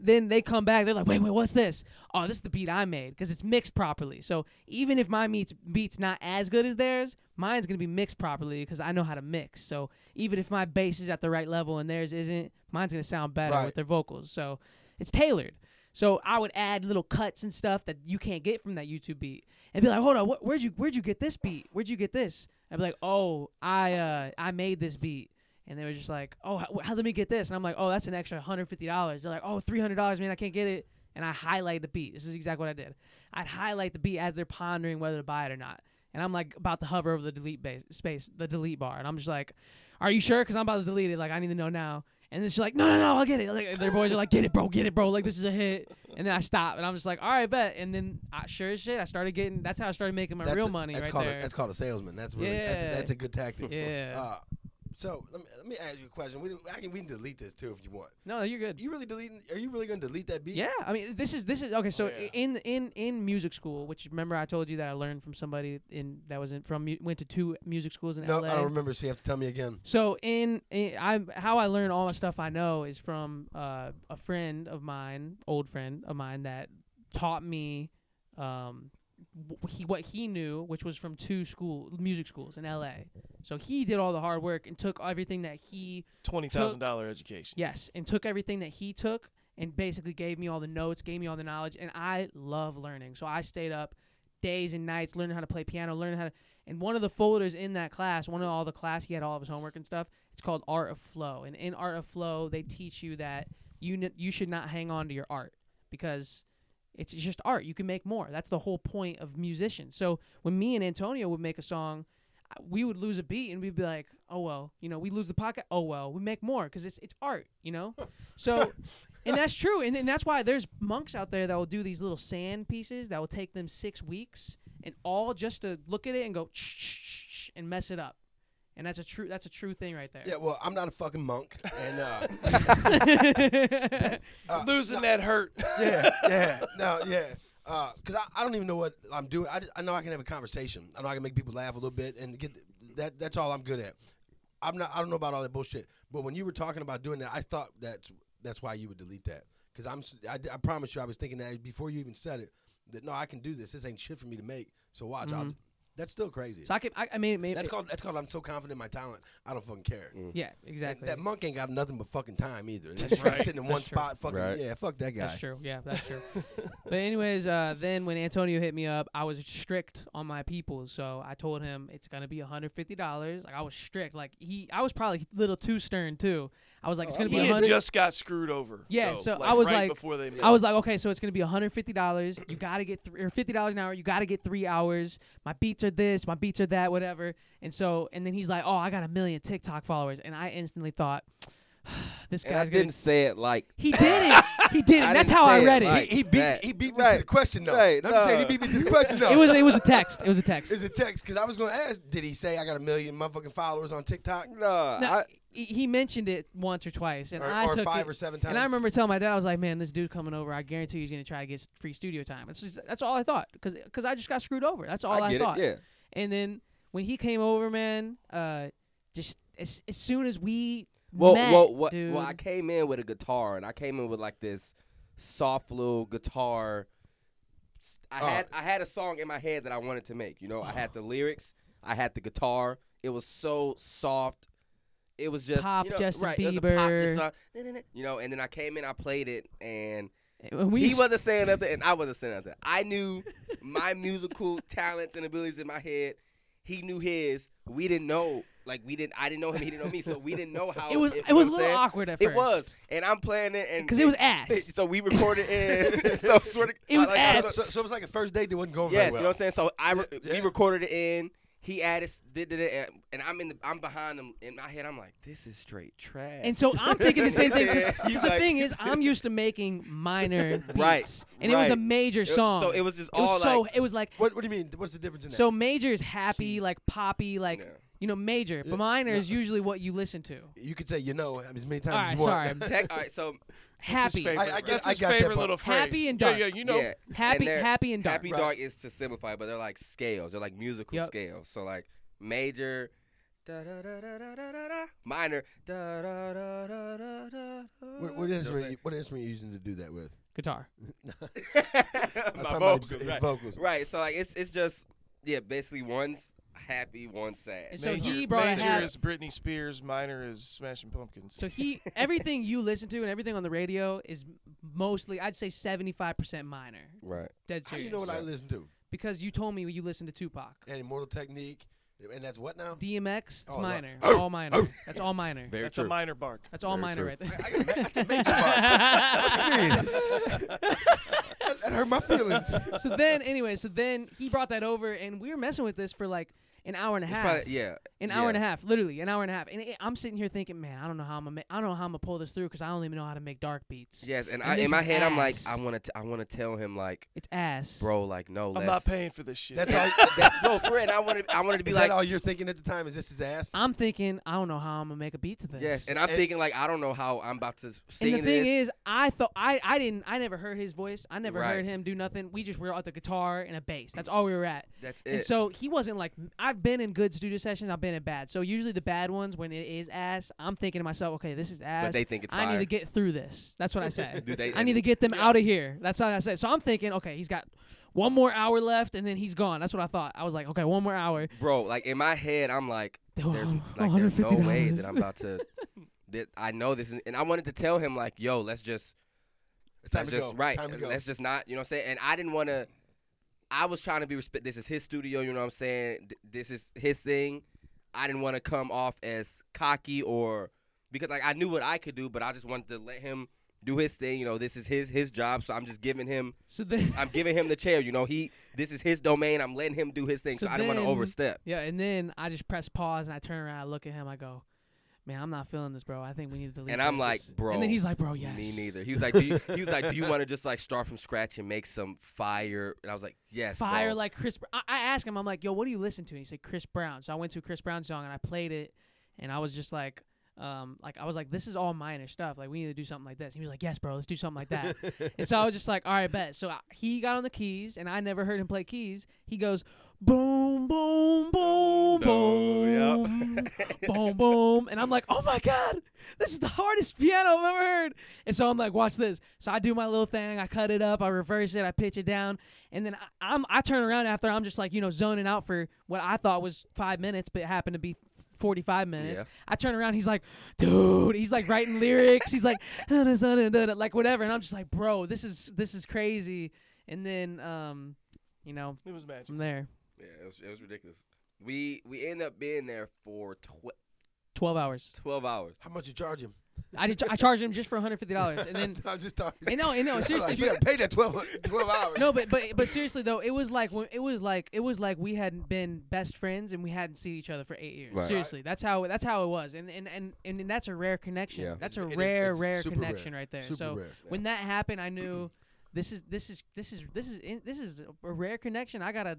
then they come back, they're like, wait, wait, what's this? Oh, this is the beat I made because it's mixed properly. So even if my meets beat's not as good as theirs, mine's gonna be mixed properly because I know how to mix. So even if my bass is at the right level and theirs isn't, mine's gonna sound better
Right.
with their vocals. So it's tailored. So I would add little cuts and stuff that you can't get from that YouTube beat, and be like, "Hold on, wh- where'd you where'd you get this beat? Where'd you get this?" I'd be like, "Oh, I uh, I made this beat," and they were just like, "Oh, how, how let me get this?" And I'm like, "Oh, that's an extra hundred fifty dollars." They're like, "Oh, three hundred dollars, man, I can't get it." And I highlight the beat. This is exactly what I did. I'd highlight the beat as they're pondering whether to buy it or not, and I'm like about to hover over the delete base, space, the delete bar, and I'm just like, "Are you sure? Because I'm about to delete it. Like I need to know now." And then she's like, no, no, no, I'll get it. Like, their boys are like, get it, bro, get it, bro. Like, this is a hit. And then I stop, and I'm just like, all right, bet. And then, I, sure as shit, I started getting. That's how I started making my
that's
real
a-
money
That's
right
called
there.
A, that's called a salesman. That's really that's,
Yeah.
that's a good tactic.
Yeah.
Uh, so let me, let me ask you a question. We I can we can delete this too if you want.
no, you're good.
You really deleting? Are you Oh, really gonna delete that beat?
Yeah, I mean, this is this is okay. So
yeah.
in in in music school, which remember I told you that I learned from somebody in that was in from mu- went to two music schools in
No,
LA.
I don't remember. So you have to tell me again.
So in, in I how I learn all my stuff I know is from uh, a friend of mine, old friend of mine that taught me um, wh- he what he knew, which was from two school music schools in L.A. So he did all the hard work and took everything that he
Twenty thousand dollar education.
yes and took everything that he took and basically gave me all the notes, gave me all the knowledge, and I love learning. So I stayed up days and nights learning how to play piano, learning how to. And one of the folders in that class, one of all the class, he had all of his homework and stuff. It's called Art of Flow, and in Art of Flow, they teach you that you n- you should not hang on to your art because it's just art. You can make more. That's the whole point of musicians. So when me and Antonio would make a song, I- we would lose a beat and we'd be like, "Oh well, you know, we lose the pocket. Oh well, we make more because it's it's art,
*laughs*
you know." So, and that's true, and, and that's why there's monks out there that will do these little sand pieces that will take them six weeks and all just to look at it and go and mess it up, and that's a true that's a true thing right there.
Yeah. Well, I'm not a fucking monk, and uh,
*laughs*
Losing that hurt.
yeah, yeah, no, yeah. Uh, Cause I, I don't even know what I'm doing. I, just- I know I can have a conversation. I know I can make people laugh a little bit and get th- that. That's all I'm good at. I'm not. I don't know about all that bullshit. But when you were talking about doing that, I thought that's that's why you would delete that. Cause I'm. s- I, d- I promise you, I was thinking that before you even said it. That no, I can do this. This ain't shit for me to make. So watch. I'll That's still crazy.
Mm-hmm. So I can. I, I mean, maybe.
That's called that's called I'm so confident in my talent, I don't fucking care.
Yeah,
And
exactly.
that monk ain't got nothing but fucking time either. That's just sitting in one
That's true.
spot, fucking
Right.
yeah, fuck that guy.
That's true. Yeah, that's
*laughs*
true. but anyways, uh, then when Antonio hit me up, I was strict on my people. So I told him it's gonna be hundred fifty dollars. Like I was strict. Like he, I was probably a little too stern too. I was like, it's gonna be
Oh, He
a
had
hundred.
just got screwed over.
Yeah,
though,
so I was
right
like-
before they met.
I was like, okay, so it's gonna be hundred fifty dollars. You gotta get three or fifty dollars an hour. You gotta get three hours. My beats are this, my beats are that, whatever. And so, and then he's like, oh, I got a million TikTok followers, and I instantly thought, *sighs* this
And I
guy's
didn't
gonna.
say it like
He
*laughs*
didn't. He didn't.
I
That's
didn't
how I
say it
read it.
like-
He, he beat
That-
he beat me to
right.
the question though.
Right,
I'm just saying he
no.
beat me to the question though.
It was. It was a text. It was a text.
It's a text because I was gonna ask, did he say I got a million motherfucking followers on TikTok?
no.
No,
I,
he he mentioned it once or twice, and
Or-
I
or
took
five
it-
or seven
And I
times.
remember telling my dad, I was like, "Man, this dude coming over, I guarantee he's gonna try to get s- free studio time." It's just, that's all I thought, because I just got screwed over. That's all I,
I get
thought.
it. Yeah.
And then when he came over, man, uh, just as, as soon as we
Well,
met,
well, what,
dude,
well, I came in with a guitar, and I came in with like this soft little guitar. S- I had I had a song in my head that I wanted to make. You know, I had the lyrics, I had the guitar. It was so soft. It was just
Pop
you know,
Justin
right, it was a pop
Bieber.
guitar, You know, and then I came in, I played it, and
when we
he wasn't saying nothing, and I wasn't saying nothing. I knew my *laughs* musical talents and abilities in my head. He knew his. We didn't know. Like we didn't. I didn't know him. He didn't know me. So we didn't
*laughs*
know how.
It was-
you
it
know
was
what
a
I'm
little
saying?
awkward at
It was.
first.
And I'm playing it, and *laughs*
'Cause it was ass.
So we recorded
*laughs*
in. so sort of.
It was
like,
ass.
So,
so- so-
so, so it was like a first date that wasn't going
yes,
very
you know what
well.
I'm saying. So I re-
Yeah,
we
yeah.
recorded it in. He added, did it, and- and I'm in the. I'm behind him in my head. I'm like, this is straight trash.
And so I'm thinking the same thing.
Yeah,
'cause
*laughs* he's
the
like-
thing is, I'm used to making minor beats,
*laughs* Right,
and it was a
right.
major
It-
song.
so it was just
It was so. *laughs*
all like-
it was like
What, what do you mean? What's the difference in that?
So major is happy, like poppy, like
Yeah.
you know, major. But minor is usually what you listen to.
you could say you know as many times
All
as
right,
you want. *laughs*
sorry. I'm
Tech, all right, so
That's his
happy,
favorite,
I- I get-
That's
I
his
got that
favorite
part.
little phrase.
Happy and
Yeah,
dark.
yeah, you know.
yeah.
happy,
they're-
happy and dark.
Happy
Right.
dark is to simplify, but they're like scales. They're like musical
Yep.
scales. So like major, da da da da da da da, da, minor, da da da da da da.
What, what, instrument,
*laughs*
you- what instrument are you using to do that with?
Guitar.
I
My
was talking about
vocals,
his, his
right.
vocals.
Right. So like it's it's just yeah, basically one's happy, one's sad.
It's- So he
Major-
brought a
Major
hat-
is Britney Spears. Minor is Smashing Pumpkins.
So he, everything you listen to and everything on the radio is mostly, I'd say, seventy-five percent minor.
Right.
Dead
How
serious.
you know what I listen to?
because you told me you listened to Tupac.
And Immortal Technique, and that's what now?
DMX, it's
Oh, I love-
minor. all minor. That's all minor.
Very
That's a minor bark.
That's all
Very
minor
true.
right there.
*laughs* That's a
*laughs*
major part. That that hurt my feelings.
so then, anyway, so then he brought that over, and we were messing with this for like an hour and a half.
probably- yeah,
an hour and a
yeah.
half, literally an hour and a half. And it, I'm sitting here thinking, man, I don't know how I'm gonna, ma- I don't know how I'm gonna pull this through because I don't even know how to make dark beats.
Yes,
And
and, I,
this
in my
is
head I'm like,
ass.
I wanna t- I wanna tell him like,
It's ass,
bro, like no less.
I'm not paying for this shit.
That's
*laughs*
all.
that, no, for real. I wanted
*laughs*
I wanted to be
Is
like
that all "Oh, you're thinking at the time? Is this his ass?
I'm thinking, I don't know how I'm gonna make a beat to this.
Yes, and I'm
And-
thinking like I don't know how I'm about to
And
sing
the thing
this.
is, I thought I, I didn't I never heard his voice. I never
Right.
heard him do nothing. We just were at the guitar and a bass. That's all we were at.
That's
And
it.
so he wasn't like I've been in good studio sessions. I've been in bad. So usually the bad ones when it is ass, I'm thinking to myself, okay, this is ass.
they think it's
I need
fire.
to get through this. That's what I say.
*laughs* Do they-
I need to get them out of here. That's what I say. So I'm thinking, okay, he's got one more hour left and then he's gone. That's what I thought. I was like, okay, one more hour. *laughs*
bro like in my head i'm like
They're
there's
all-
like there's no way that
Oh, $150.
i'm about to that i know this is, and i wanted to tell him like yo let's just
Time
let's
to
just
go.
right
Time to go.
let's just not you know what i'm saying and i didn't want to i was trying to be respect this is his studio you know what i'm saying Th- this is his thing i didn't want to come off as cocky or because like i knew what i could do but i just wanted to let him do his thing you know this is his his job so i'm just giving him
*laughs* So then
i'm giving him the chair you know he this is his domain i'm letting him do his thing so, i didn't want to
then-
overstep
*laughs* Yeah, and then I just press pause and I turn around, I look at him, I go, "Man, I'm not feeling this, bro. I think we need to delete."
And I'm like,
this."
bro.
And then he's like, "Bro, yes."
Me neither. He was like, do you, he was like, do you want to just like start from scratch and make some fire? And I was like, yes.
Fire
bro.
like Chris. Br- I, I asked him, I'm like, "Yo, what do you listen to?" And he said, "Chris Brown." So I went to a Chris Brown song and I played it, and I was just like. Um, like I was like, this is all minor stuff. Like we need to do something like this. He was like, yes, bro, let's do something like that. and so I was just like, all right, bet. So I, he got on the keys, and I never heard him play keys. He goes, boom, boom, boom, boom,
yeah.
boom, Mm-hmm. boom, boom. And I'm like, oh my God, this is the hardest piano I've ever heard. And so I'm like, watch this. So I do my little thing. I cut it up. I reverse it. I pitch it down. And then I, I'm, I turn around after I'm just like, you know, zoning out for what I thought was five minutes, but it happened to be 45 minutes.
Yeah.
I turn around. He's like, dude, he's like writing lyrics. He's like, *laughs* "Da, da, da, da, da, da," like whatever. And I'm just like, bro, this is, this is crazy. And then, um, you know,
It was magic.
from there,
Yeah, it was, it was ridiculous. We we end up being there for tw-
12 hours.
twelve hours.
How much you charge him?
I did, I charged him just for $150. *laughs* And then,
*laughs* I'm just talking.
and no, and
*laughs*
no, seriously.
you
but-
gotta pay that 12, 12 hours.
no, but but but seriously though, it was like when- it was like it was like we hadn't been best friends and we hadn't seen each other for eight years.
Right.
Seriously, that's how that's how it was, and and and and, that's a rare connection.
Yeah.
That's a
It is-
rare
it's
rare
super
connection
rare.
right there.
Super
so
rare.
when that happened, I knew this is this is this is this is in, this is a rare connection. I gotta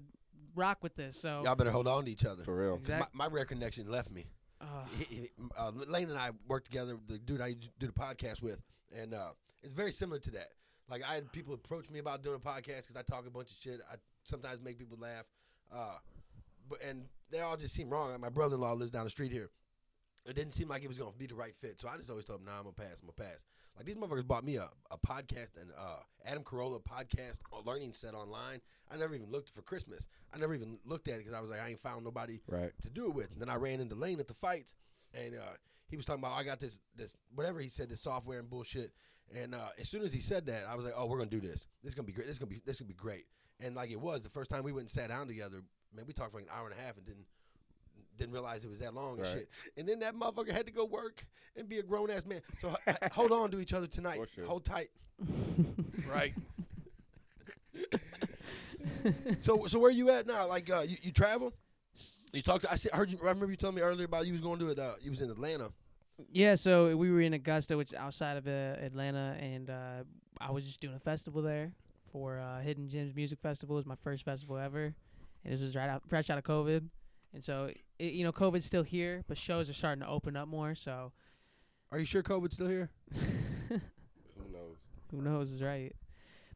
rock with this. So
Y'all better hold on to each other.
For real.
My,
Exact- Ah.
my rare connection left me.
Ugh.
He- he- uh, Lane and I worked together. The dude I used to do the podcast with, and uh, it's very similar to that. Like I had people approach me about doing a podcast because I talk a bunch of shit. I sometimes make people laugh, uh, but and they all just seem wrong. Like, my brother-in-law lives down the street here. It didn't seem like it was gonna be the right fit, so I just always told him, "Nah, I'm gonna pass. I'm gonna pass." Like these motherfuckers bought me a, a podcast and uh, Adam Carolla podcast a learning set online. I never even looked for Christmas. I never even looked at it because I was like, I ain't found nobody
Right.
to do it with. And then I ran into Lane at the fights, and uh, he was talking about I got this this whatever he said this software and bullshit. And uh, as soon as he said that, I was like, oh, we're gonna do this. This is gonna be great. This is gonna be this is gonna be great. And like it was the first time we went and sat down together. Man, we talked for like an hour and a half and didn't didn't realize it was that long and
Right.
shit. And then that motherfucker had to go work and be a grown ass man. So h- hold on to each other tonight.
For sure.
Hold tight.
*laughs*
Right.
*laughs* So so where you at now? Like uh, you, you travel? You talked. To, I, see, I heard you. I remember you telling me earlier about you was going to it. Uh, you was in Atlanta.
Yeah, so we were in Augusta, which is outside of uh, Atlanta, and uh, I was just doing a festival there for uh, Hidden Gems Music Festival. It was my first festival ever, and this was right out fresh out of COVID, and so it, you know COVID's still here, but shows are starting to open up more. So
Are you sure COVID's still here?
Who knows?
who knows is right.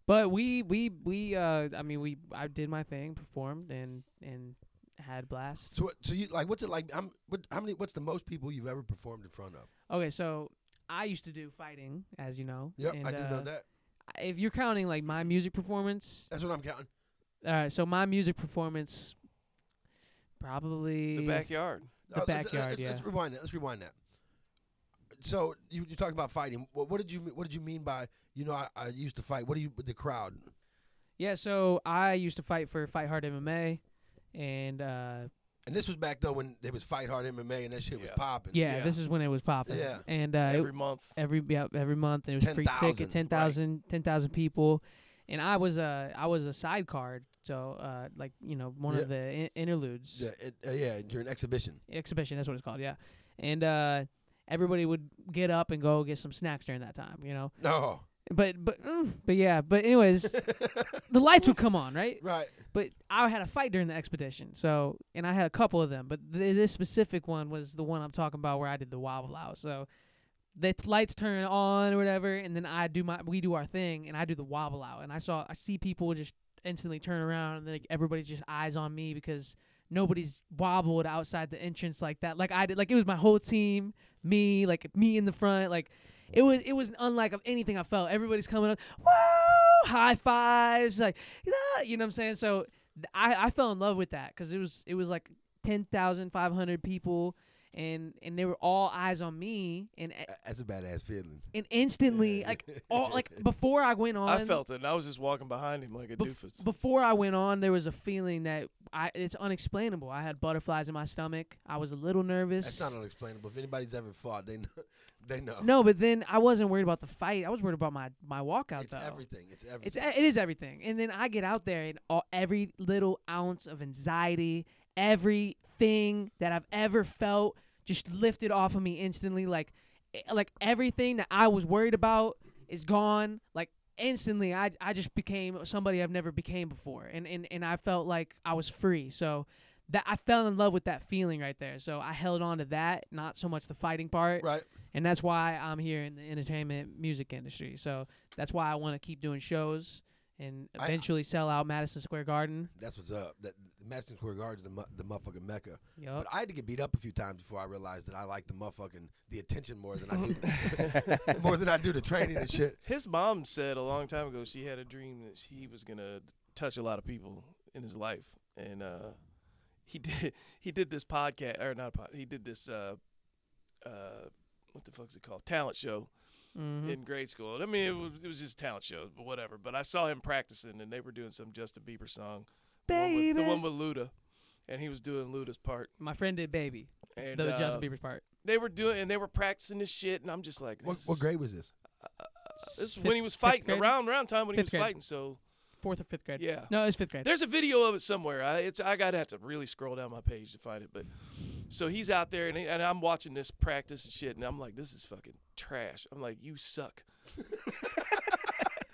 But we we we uh, I mean we I did my thing, performed, and and had a blast.
So, what- so you like what's it like? I'm, what, how many? What's the most people you've ever performed in front of?
Okay, so I used to do fighting, as you know.
Yep,
and,
I do
uh,
know that.
If you're counting like my music performance,
That's what I'm counting.
All right, so my music performance probably Mm-hmm.
The backyard.
The
Uh, let's-
backyard,
Let's, let's
yeah.
rewind that. Let's rewind that. So you you talked about fighting. What, what did you mean- what did you mean by you know I, I used to fight? What do you with the crowd?
Yeah, so I used to fight for Fight Hard MMA and uh
And this was back though when there was Fight Hard MMA and that shit was
Yeah.
popping.
yeah,
Yeah.
this is when it was popping.
Yeah.
And uh it-
Every month.
every yeah, every month and it was free
10,000,
ticket, 10,000 10,000 people. And I was a I was a side card, so uh like, you know, one
Yeah.
of the in- interludes.
Yeah, it, uh, yeah, during exhibition.
exhibition. That's what it's called. Yeah, and uh, everybody would get up and go get some snacks during that time. You know,
No,
but but mm, but yeah. But anyways, the lights would come on, right?
right?
But I had a fight during the expedition, so and I had a couple of them. But th- this specific one was the one I'm talking about where I did the wobble out. So the t- lights turn on or whatever, and then I do my we do our thing, and I do the wobble out, and I saw I see people just instantly turn around, and then like, everybody's just eyes on me because nobody's wobbled outside the entrance like that. Like I did, like it was my whole team, me, like me in the front, like. It was it was unlike of anything I felt. Everybody's coming up, woo, high fives, like "Ah," you know what I'm saying. So th- I, I fell in love with that because it was it was like ten thousand five hundred people, and and they were all eyes on me, and eh,
A- That's a badass feeling.
and instantly
Yeah.
like all
*laughs*
like before I went on,
I felt it, and I was just walking behind him like a
Bef-
doofus.
before I went on, there was a feeling that I it's unexplainable. I had butterflies in my stomach. I was a little nervous.
That's not unexplainable. If anybody's ever fought, they know, *laughs* they know.
no, but then I wasn't worried about the fight. I was worried about my my walkout
it's
though.
everything. It's everything.
It's it is everything. And then I get out there and all, every little ounce of anxiety, everything that I've ever felt just lifted off of me instantly like eh, like everything that I was worried about is gone like instantly I I just became somebody I've never became before and and and I felt like I was free. So that I fell in love with that feeling right there. So I held on to that, not so much the fighting part
right.
and that's why I'm here in the entertainment music industry. So that's why I want to keep doing shows and
I-
eventually sell out Madison Square Garden.
That's what's up. That Madison Square Garden's the, mu- the motherfucking mecca.
Yup.
But I had to get beat up a few times before I realized that I like the motherfucking the attention more than I do more than I do the training and shit.
His mom said a long time ago she had a dream that he was gonna touch a lot of people in his life, and uh, he *laughs* did. He did this podcast or not a pod. He did this. Uh, uh, what the fuck is it called? Talent show
Mhm.
in grade school. I mean, it was, it was just talent shows, but whatever. But I saw him practicing, and they were doing some Justin Bieber song, the one with-
Baby.
the one with Luda, and he was doing Luda's part.
My friend did baby.
And
the Justin
uh,
Bieber's part.
They were doing, and they were practicing this shit, and I'm just like,
What,
this
what
is-
grade was this?
This is
Fifth-
when he was
fifth
fighting
grade?
around around time when he
Fifth
was
grade.
fighting. So
Fourth or fifth grade.
yeah,
No, it's fifth grade.
There's a video of it somewhere. I it's I gotta have to really scroll down my page to find it. But so he's out there and, he- and I'm watching this practice and shit, and I'm like, this is fucking trash. I'm like,
*laughs*
you suck.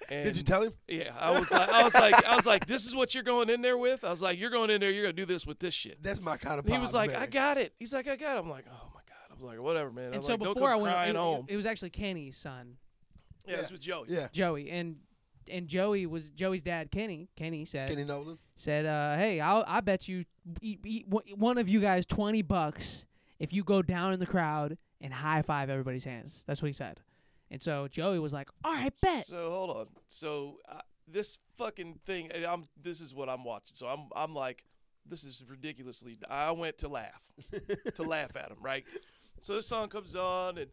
Did you
And,
tell him?
Yeah, I was like, I was like, I was like, this is what you're going in there with. I was like, you're going in there, you're gonna do this with this shit.
That's my kind of.
And he was
pop,
like,
man.
I got it. He's like, I got it. I'm like, oh my god. I'm like, whatever, man. I'm
and so
like,
before I
don't go
went,
crying
it,
home.
it was actually Kenny's son,
yeah, this was Joey.
Yeah.
Joey, and and Joey was Joey's dad, Kenny. Kenny said
Kenny Nolan.
said, uh, "Hey, I'll, I bet you eat, eat, one- one of you guys twenty bucks if you go down in the crowd and high five everybody's hands." That's what he said. And so Joey was like, "All right, bet."
So hold on. So I, this fucking thing. and I'm. This is what I'm watching. So I'm. I'm like, this is ridiculously. I went to
*laughs*
laugh, to laugh at him, right? So this song comes on and.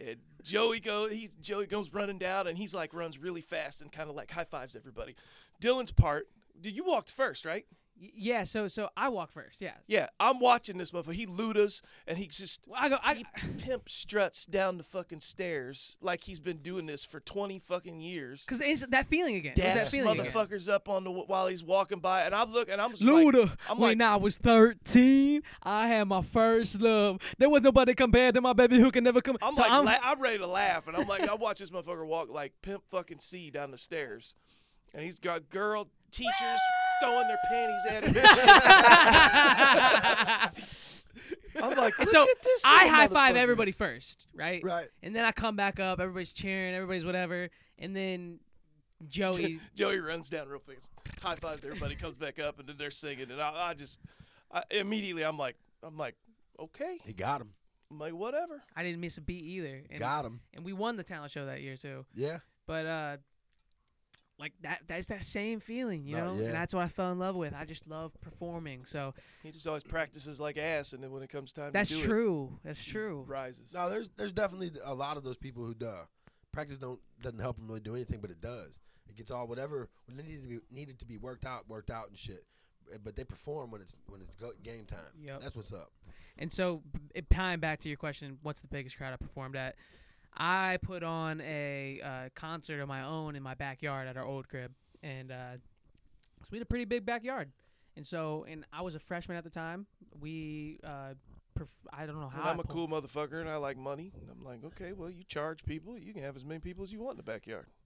And Joey go he Joey goes running down and he's like runs really fast and kind of like high fives everybody. Dylan's part, did you walked first, right?
Y- yeah. So so I walk first. Yeah.
Yeah, I'm watching this motherfucker. He ludas and he just
Well, I go. I,
he pimp struts down the fucking stairs like he's been doing this for 20 fucking years.
Cause it's that feeling again. It's that
dash
feeling again.
motherfuckers up on the while he's walking by, and I'm looking, and I'm just
Luda,
like, I'm
when
like,
I was 13, I had my first love. There was nobody compared to my baby who can never come.
I'm
so *laughs*
like,
I'm,
la- *laughs* I'm ready to laugh, and I'm like, I watch this motherfucker walk like pimp fucking C down the stairs, and he's got girl teachers throwing their panties
*laughs*
at him. *laughs*
*laughs*
I'm like,
And so
"Look at this
I
little
high five
motherfucker."
everybody first, right?
Right.
And then I come back up, everybody's cheering, everybody's whatever, and then Joey.
Joey runs down real fast, high fives everybody, comes back up, and then they're singing, and I, I just I, immediately I'm like, I'm like, okay,
He got him.
I'm like whatever.
I didn't miss a beat either. And,
Got him.
and we won the talent show that year too.
Yeah.
But uh, like that—that's that same feeling, you
No,
know.
yeah.
And that's what I fell in love with. I just love performing. So
He just always practices like ass, and then when it comes time
that's
to do it,
true. That's true.
rises.
No, there's there's definitely a lot of those people who duh. Practice don't doesn't help them really do anything, but it does. It gets all whatever when it needed to be needed to be worked out, worked out and shit. Uh, But they perform when it's when it's go- game time.
Yep.
That's what's up.
And so, b- it- tying back to your question, what's the biggest crowd I performed at? I put on a uh, concert of my own in my backyard at our old crib, and uh, 'cause we had a pretty big backyard. And so, and I was a freshman at the time. We, uh, perf- I don't know how.
And I'm
I
a
pulled-
cool motherfucker, and I like money. And I'm like, okay, well, you charge people, you can have as many people as you want in the backyard.
*laughs*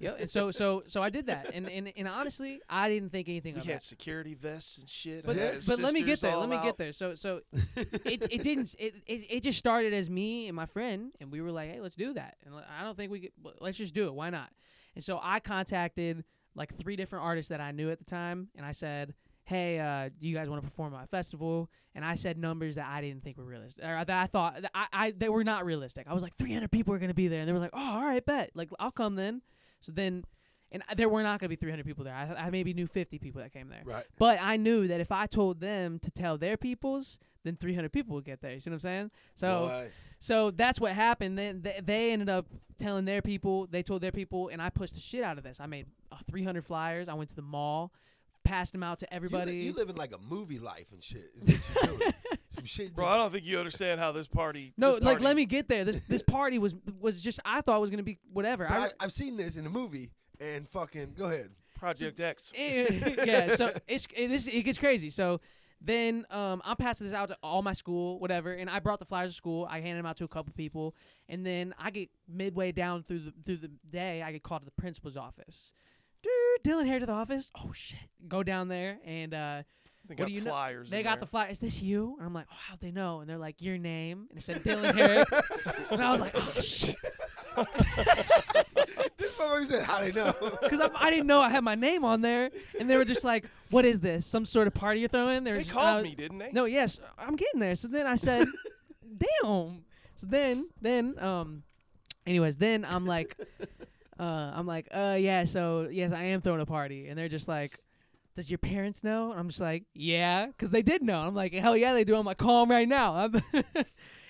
Yeah, and so, so, so I did that, and and, and honestly, I didn't think anything
We
of
had
it.
security vests and shit.
But,
I had
but let me get
sisters
there.
all
Let me get
out.
there. So,
*laughs*
so it, it didn't it, it it just started as me and my friend and we were like hey let's do that and I don't think we could, but let's just do it why not and so I contacted like three different artists that I knew at the time and I said hey uh, do you guys want to perform at my festival and I said numbers that I didn't think were realistic or that I thought that I, I they were not realistic I was like 300 people are gonna be there and they were like oh all right bet like I'll come then so then and uh, there were not gonna be 300 people there I, I maybe knew 50 people that came there
Right.
but I knew that if I told them to tell their peoples, then 300 people would get there. You see what I'm saying? So,
Boy,
so that's what happened. Then they, they ended up telling their people. They told their people, and I pushed the shit out of this. I made uh, 300 flyers. I went to the mall, passed them out to
you, li-
everybody.
you living like a movie life and shit. Is what you're doing. Some shit.
Bro, I don't think you understand how this party.
no,
this
like
party-
let me get there. This this party was was just I thought it was gonna be whatever.
but
I,
I, I've seen this in a movie and fucking go ahead. *laughs*
Project X.
Eh, *laughs* yeah, so it's it, this it gets crazy. So then um, I'm passing this out to all my school, whatever, and I brought the flyers to school. I handed them out to a couple people, and then I get midway down through the through the day, I get called to the principal's office. Dude, Dylan Hare to the office. Oh shit! Go down there and uh,
They
what
got
do you know?
flyers.
They
in
got the
there.
flyer. Is this you? And I'm like, oh, how'd they know? And they're like, your name.
*laughs*
And it said Dylan Harris. and I was like, oh, shit.
This motherfucker said, how they
*laughs*
know?
Because I, I didn't know I had my name on there, and they were just like, "What is this? Some sort of party you're throwing?"
They
was just-
called
I-
me, didn't they?
uh, No, yes, I'm getting there. So then I said, "Damn." So then, then, um, anyways, then I'm like, uh, I'm like, uh, yeah. So yes, I am throwing a party, and they're just like, "Does your parents know?" And I'm just like, "Yeah," because they did know. I'm like, "Hell yeah, they do." I'm like, "Call 'em right now." *laughs* I'm-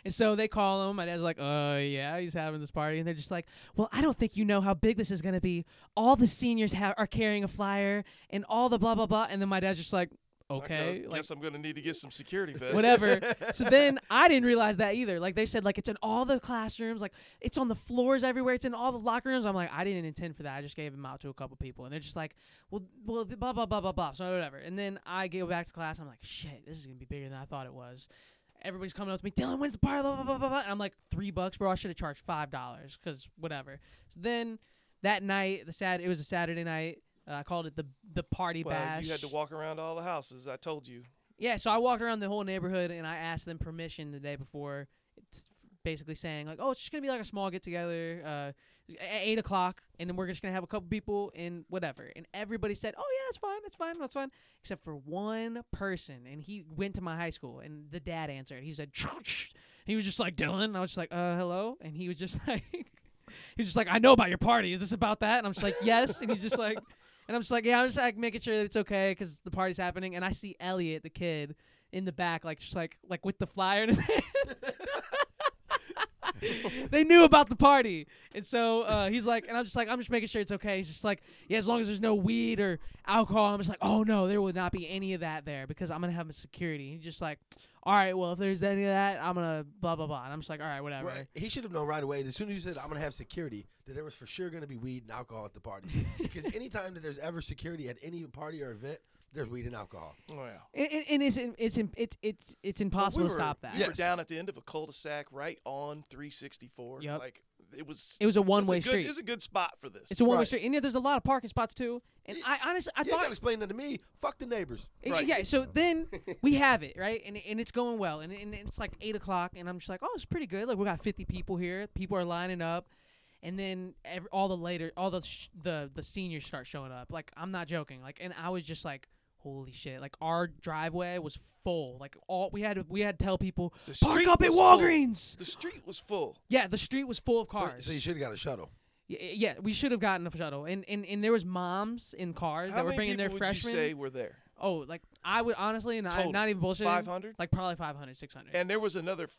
and so they call him. My dad's like, "Uh, yeah, he's having this party," and they're just like, "Well, I don't think you know how big this is gonna be. All the seniors ha- are carrying a flyer, and all the blah blah blah." And then my dad's just like,
I
"Okay,
go-
like,
guess I'm gonna need to get some security vests. *laughs*
whatever. so then I didn't realize that either. Like they said, like it's in all the classrooms, like it's on the floors everywhere, it's in all the locker rooms. I'm like, I didn't intend for that. I just gave them out to a couple people, and they're just like, well, well, th- blah blah blah blah blah. So whatever. And then I go back to class. I'm like, shit, this is gonna be bigger than I thought it was. Everybody's coming up to me, Dylan, when's the party? Blah, blah, blah, blah, blah. And I'm like, three bucks, bro. I should have charged five dollars, cause whatever. So then that night, the sad, it was a Saturday night. Uh, I called it the the party
Well,
bash.
you had to walk around all the houses. I told you.
Yeah, so I walked around the whole neighborhood and I asked them permission the day before, t- basically saying like, "Oh, it's just gonna be like a small get together, uh, at eight o'clock, and then we're just gonna have a couple people and whatever." And everybody said, "Oh yeah, it's fine, it's fine, it's fine," except for one person, and he went to my high school, and the dad answered. He said, "He was just like Dylan." And I was just like, "Uh, hello," and he was just *laughs* like. He's just like, I know about your party. Is this about that? And I'm just like, yes. And he's just like, *laughs* and I'm just like, yeah, I'm just like making sure that it's okay because the party's happening. And I see Elliot, the kid, in the back, like just like like with the flyer in his *laughs* hand. they knew about the party, and so uh, he's like, and I'm just like, I'm just making sure it's okay. He's just like, yeah, as long as there's no weed or alcohol. I'm just like, oh no, there would not be any of that there because I'm gonna have security. He's just like, all right, well if there's any of that, I'm gonna blah blah blah. And I'm just like, all right, whatever.
Right. He should have known right away. As soon as you said, I'm going to have security, that there was for sure going to be weed and alcohol at the
*laughs*
party. because anytime that there's ever security at any party or event, there's weed and alcohol.
Oh yeah.
And, and, and it's, it's it's it's it's impossible
we
to
were-
stop that.
We were
Yes.
down at the end of a cul-de-sac, right on 364.
Yep.
Like it was.
It was a
it's
one-way
good-
street.
It's a good spot for this.
It's a one-way
Right.
street, and yeah, there's a lot of parking spots too. And
Yeah.
I honestly, I
you ain't got
thought
to explain that to me. Fuck the neighbors.
And-
Right.
Yeah.
*laughs*
So then we have it right, and and it's going well, and, and it's like eight o'clock, and I'm just like, oh, it's pretty good. Like we got 50 people here. People are lining up, and then ev all the later, all the sh- the the seniors start showing up. Like I'm not joking. Like and I was just like. Holy shit! Like our driveway was full. Like all we had, we had to tell people
The
park
street
up at
was full.
Walgreens.
The street was full.
Yeah, the street was full of
So,
cars.
so you should have got a shuttle.
Y- y- Yeah, we should have gotten a shuttle, and and, and there was moms in cars
How
that were
many
bringing their
people would
freshmen.
You say were there,
oh, like I would honestly, and I'm
Total.
not even bullshitting.
500?
like probably 500, 600.
and there was another f-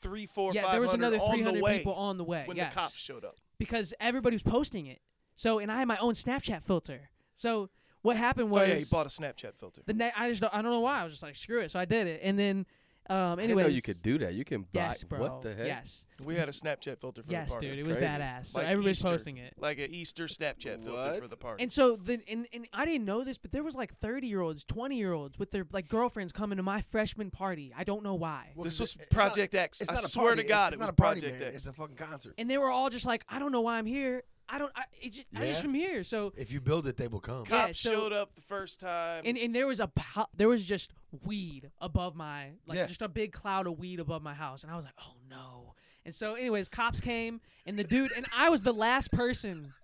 three, four,
yeah,
five
there was
hundred
another
on the
300
way
people on the way.
when
yes,
the cops showed up.
because everybody was posting it. So, and I had my own Snapchat filter. So what happened was
oh yeah, he bought a Snapchat filter.
the ne- I just don't, I don't know why I was just like screw it, so I did it, and then um,
I didn't
anyways,
know you could do that. You can buy
yes, bro,
what the heck?
yes,
we had a Snapchat filter for
yes,
the party.
dude, it was
crazy.
badass. So
Like
everybody's
Easter.
posting it.
Like an Easter Snapchat filter
What?
for the party.
And so then, and, and I didn't know this, but there was like thirty year olds, twenty year olds with their like girlfriends coming to my freshman party. I don't know why.
Well,
This
'cause
was
it- it's not-
Project X.
It's
I
not a
swear to
party.
God,
it's
it
not
was
a party,
Project
man.
X.
It's a fucking concert.
And they were all just like, I don't know why I'm here. I don't. I it just, I just
Yeah.
am here. So
If you build it, they will come.
Yeah,
cops
so-
showed up the first time.
and and there was a po- there was just weed above my like
Yeah.
just a big cloud of weed above my house, and I was like, oh no. And so, anyways, cops came, and the dude and I was the last person.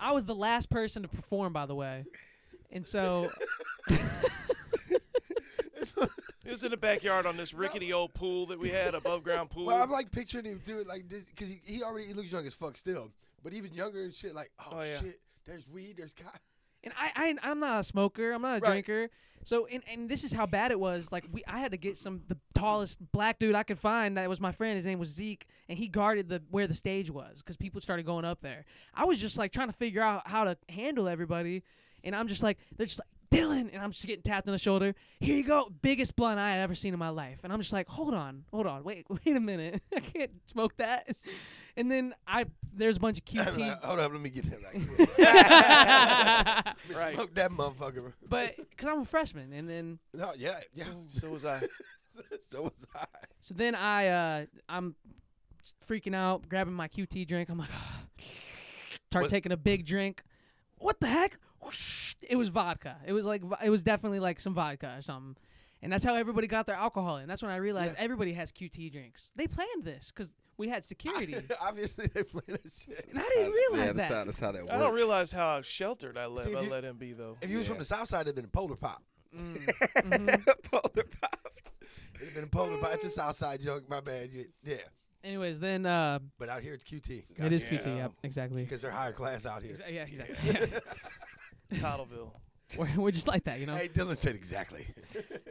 I was the last person to perform, by the way. And so
it was in the
*laughs*
backyard on this rickety old pool that we had, above ground pool.
Well, I'm like picturing him doing like this because he, he already he looks young as fuck still, but even younger and shit. Like, oh,
Oh, yeah.
shit, there's weed, there's *laughs* cops.
and I, I I'm not a smoker. I'm not a
Right.
drinker. So and and this is how bad it was. Like we, I had to get some the tallest black dude I could find. That was my friend. His name was Zeke, and he guarded the where the stage was because people started going up there. I was just like trying to figure out how to handle everybody, and I'm just like they're just like. Dylan and I'm just getting tapped on the shoulder. Here you go, biggest blunt I had ever seen in my life. And I'm just like, hold on, hold on, wait, *laughs* wait a minute, I can't smoke that. And then I there's a bunch of QT.
Like, Hold up, let me get that *laughs* back.
Right.
Smoke that motherfucker.
*laughs* but because I'm a freshman, and then
No, yeah, yeah.
so was I.
*laughs* so was I.
so then I uh I'm freaking out, grabbing my QT drink. I'm like, *sighs* start
What-
taking a big drink. What the heck? It was vodka. It was like vo- it was definitely like some vodka or something. And that's how everybody got their alcohol in. That's when I realized everybody has QT drinks. They planned this because we had
*laughs*
security. and
Obviously, they play that shit.
I didn't
Uh, yeah,
realize
that's how,
that.
that's how that works.
I don't realize how sheltered I let
See, if
I
you-
let him be though.
If you was from
Yeah.
the south side, it'd been polar pop.
Mm-hmm. *laughs* Polar pop.
It'd been polar pop. It's a south side joke. My bad. You, yeah,
Anyways, then uh,
but out here it's QT.
it is
Yeah.
QT. Yep, exactly.
because they're higher class out here.
Exa- yeah, exactly.
*laughs*
*laughs* Yeah.
Cottleville.
we're, we're just like that, you know.
Hey, Dylan said exactly.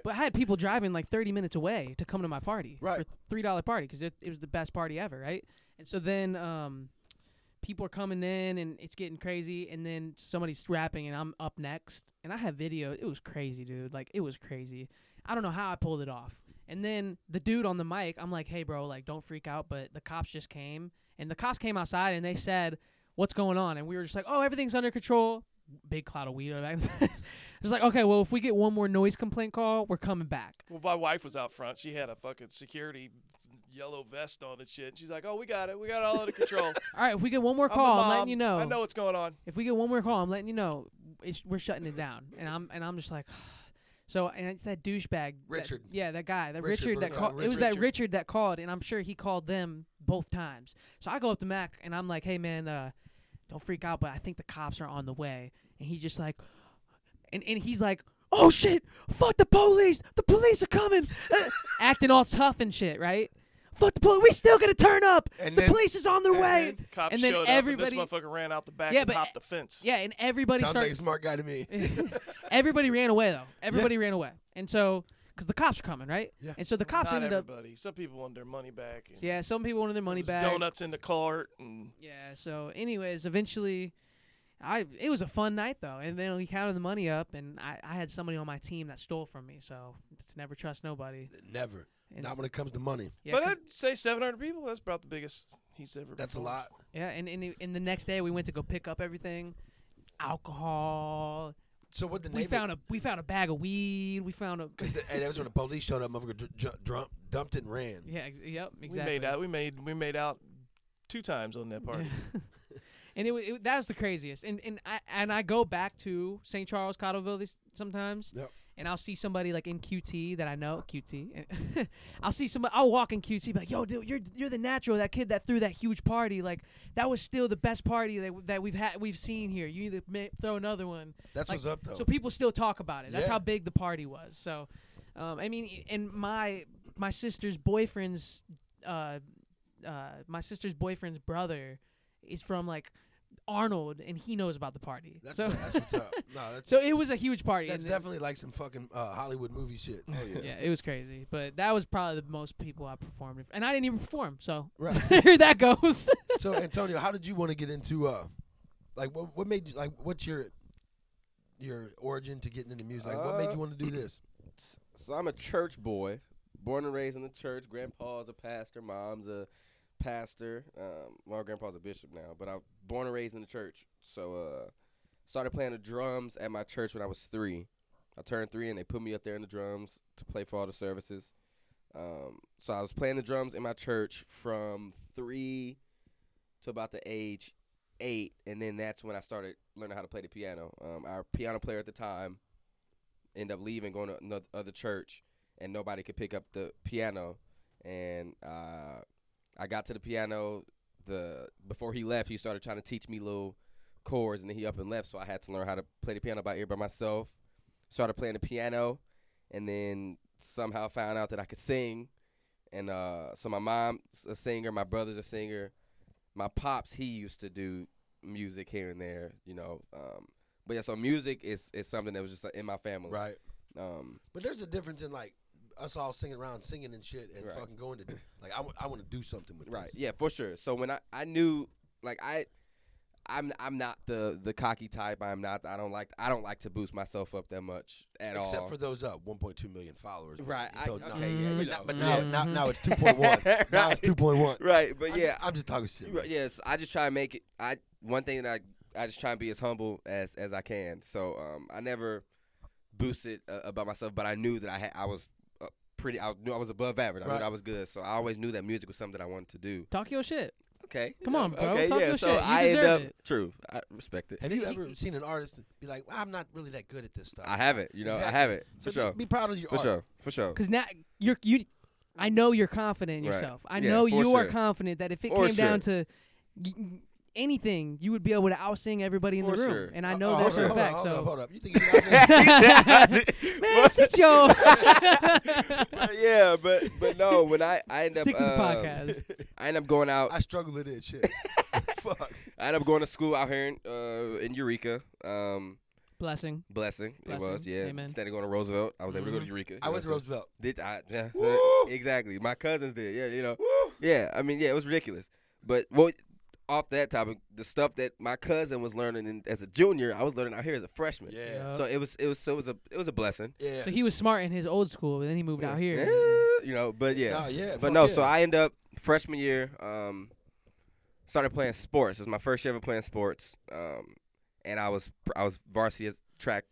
But I had people driving like 30 minutes away to come to my party.
Right.
For three dollar party because it, it was the best party ever, right? And so then um, people are coming in and it's getting crazy, and then somebody's rapping and I'm up next, and I have video. It was crazy, dude. Like it was crazy. I don't know how I pulled it off. And then the dude on the mic, I'm like, hey, bro, like don't freak out, but the cops just came, and the cops came outside and they said, what's going on? And we were just like, oh, everything's under control. Big cloud of weed. *laughs* on the back. It's like, okay, well, if we get one more noise complaint call, we're coming back.
Well, my wife was out front. She had a fucking security yellow vest on and shit. She's like, "Oh, we got it. We got it all
*laughs*
under control."
All right, if we get one more
I'm a
call, I'm
mom.
letting you know.
I know what's going on.
If we get one more call, I'm letting you know. It's, we're shutting it down, and I'm and I'm just like, *sighs* so and it's that douchebag, that-
Richard.
yeah, that guy, that
Richard
Richard, that
Bernard.
called. It was that
Richard.
Richard that called, and I'm sure he called them both times. So I go up to Mac and I'm like, hey man, uh, don't freak out, but I think the cops are on the way. And he's just like, and, and he's like, oh shit, fuck the police, the police are coming, *laughs* Uh, acting all tough and shit, right? Fuck the police, we still gonna turn up.
And
the
then-
police is on their
and
way.
then
Cops
and then
showed
everybody,
up, and this motherfucker ran out the back
Yeah,
and
but-
hopped the fence.
yeah, and everybody
Sounds like
started.
a smart guy to me.
*laughs* everybody ran away though. Everybody ran away, and so because the cops are coming, right?
Yeah.
And so the cops
Not
ended up.
everybody. Some people wanted their money back. And
Yeah, some people wanted their money
there
back.
was Donuts in the cart and
Yeah. So, anyways, eventually, I it was a fun night though, and then we counted the money up, and I, I had somebody on my team that stole from me, so it's never trust nobody.
Never.
It's-
Not when it comes to money.
yeah,
but
'cause-
I'd say 700 people. That's about the biggest he's ever.
That's a
performed.
lot.
yeah, and, and it- and the next day we went to go pick up everything, alcohol.
So what the
We
neighbor?
found a we found a bag of weed. We found a
*laughs* Cause the, hey, that was when the police showed up. Motherfucker dr- ju- drunk, dumped and ran.
*laughs* yeah. Ex- yep. Exactly.
We made out. We made we made out two times on
*laughs*
that party.
and it, wa- it that was the craziest. And and I and I go back to St. Charles, Cottleville these, sometimes.
Yep.
And I'll see somebody like in QT that I know QT. and *laughs* I'll see somebody. I'll walk in QT, be like, "Yo, dude, you're you're the natural. That kid that threw that huge party. Like that was still the best party that, that we've had we've seen here. You need to ma- throw another one.
That's
Like,
what's up though.
So people still talk about it. That's
Yeah.
how big the party was. So, um, I mean, i- and my my sister's boyfriend's uh, uh, my sister's boyfriend's brother is from like Arnold, and he knows about the party.
that's,
so,
that's what's up. No, that's
*laughs* so it was a huge party.
that's
and it-
definitely like some fucking uh, Hollywood movie shit.
Oh,
yeah, it was crazy. But that was probably the most people I performed, in- and I didn't even perform. So
Right.
*laughs* there that goes.
so Antonio, how did you want to get into uh, like what what made you like what's your your origin to getting into music? Like what made you
Uh,
want to do this?
s- so I'm a church boy, born and raised in the church. Grandpa's a pastor, mom's a pastor. Um, well, grandpa's a bishop now, but I was born and raised in the church. So uh, started playing the drums at my church when I was three. I turned three, and they put me up there in the drums to play for all the services. Um, so I was playing the drums in my church from three to about the age eight, and then that's when I started learning how to play the piano. Um, our piano player at the time end up leaving, going to another other church, and nobody could pick up the piano. And uh, I got to the piano. The before he left, he started trying to teach me little chords, and then he up and left. So I had to learn how to play the piano by ear by myself. Started playing the piano, and then somehow found out that I could sing. And uh, so my mom's a singer, my brother's a singer, my pops he used to do music here and there, you know. Um, but yeah, so music is is something that was just like, in my family.
Right.
Um,
But there's a difference in like us all singing around, singing and shit, and
Right.
fucking going to like I want to do something with
right.
this.
Yeah, for sure. So when I, I knew like I I'm I'm not the the cocky type. I'm not I don't like I don't like to boost myself up that much at
Except
all.
for those uh, up 1.2 million followers.
right.
You
I,
told-
okay,
no.
yeah, you
Mm-hmm.
But,
know.
now, but now, now, now it's
*laughs*
2.1. Now it's 2.1.
Right, but yeah,
I'm just talking shit.
You're right, Yes, I just try and make it. I one thing that I I just try and be as humble as as I can. So um, I never boosted uh, about myself, but I knew that I had I was uh, pretty. I knew I was above average. I
Right.
knew that I was good. So I always knew that music was something that I wanted to do.
Talk your shit.
Okay.
Come on, bro.
Okay,
Talk
yeah.
your
so
shit. You
I end
deserve
up
it.
true. I respect it.
Have you ever seen an artist be like, well, "I'm not really that good at this stuff"?
I have it. You know,
Exactly.
I have it
So
for
be-
sure.
Be proud of your
For
art.
sure. For sure.
*laughs* Because now you're you. I know you're confident in
Right.
yourself. I
Yeah,
know
for
you are
sure.
confident that if it
For
came down
sure.
to y- anything, you would be able to outsing everybody in
For
the room.
sure.
And I know
Oh,
that
hold
for a
on,
fact.
Hold
so
on, hold up. You think you're
*laughs*
not saying-
man, sit your
*laughs*
*laughs*
yeah, but but no. When I I end up
stick to the
um,
podcast.
*laughs* I end up going out.
I struggle with that shit? *laughs* Fuck.
I end up going to school out here in, uh, in Eureka. Um,
Blessing.
blessing, It was
Blessing.
yeah.
Amen.
Instead of going to Roosevelt, I was able to go to Eureka. you
Mm-hmm. I
know,
went to
so-
Roosevelt.
Did I? Yeah,
Woo!
exactly. My cousins did. Yeah, you know.
Woo!
Yeah, I mean, yeah, it was ridiculous. But well, off that topic, the stuff that my cousin was learning in, as a junior, I was learning out here as a freshman.
Yeah.
So it was it was so it was a it was a blessing.
Yeah.
So he was smart in his old school, but then he moved out here.
Yeah, you know, but yeah.
Nah, yeah, fuck
But no,
yeah.
so I end up freshman year, um, started playing sports. It was my first year ever playing sports, um, and I was I was varsity as track.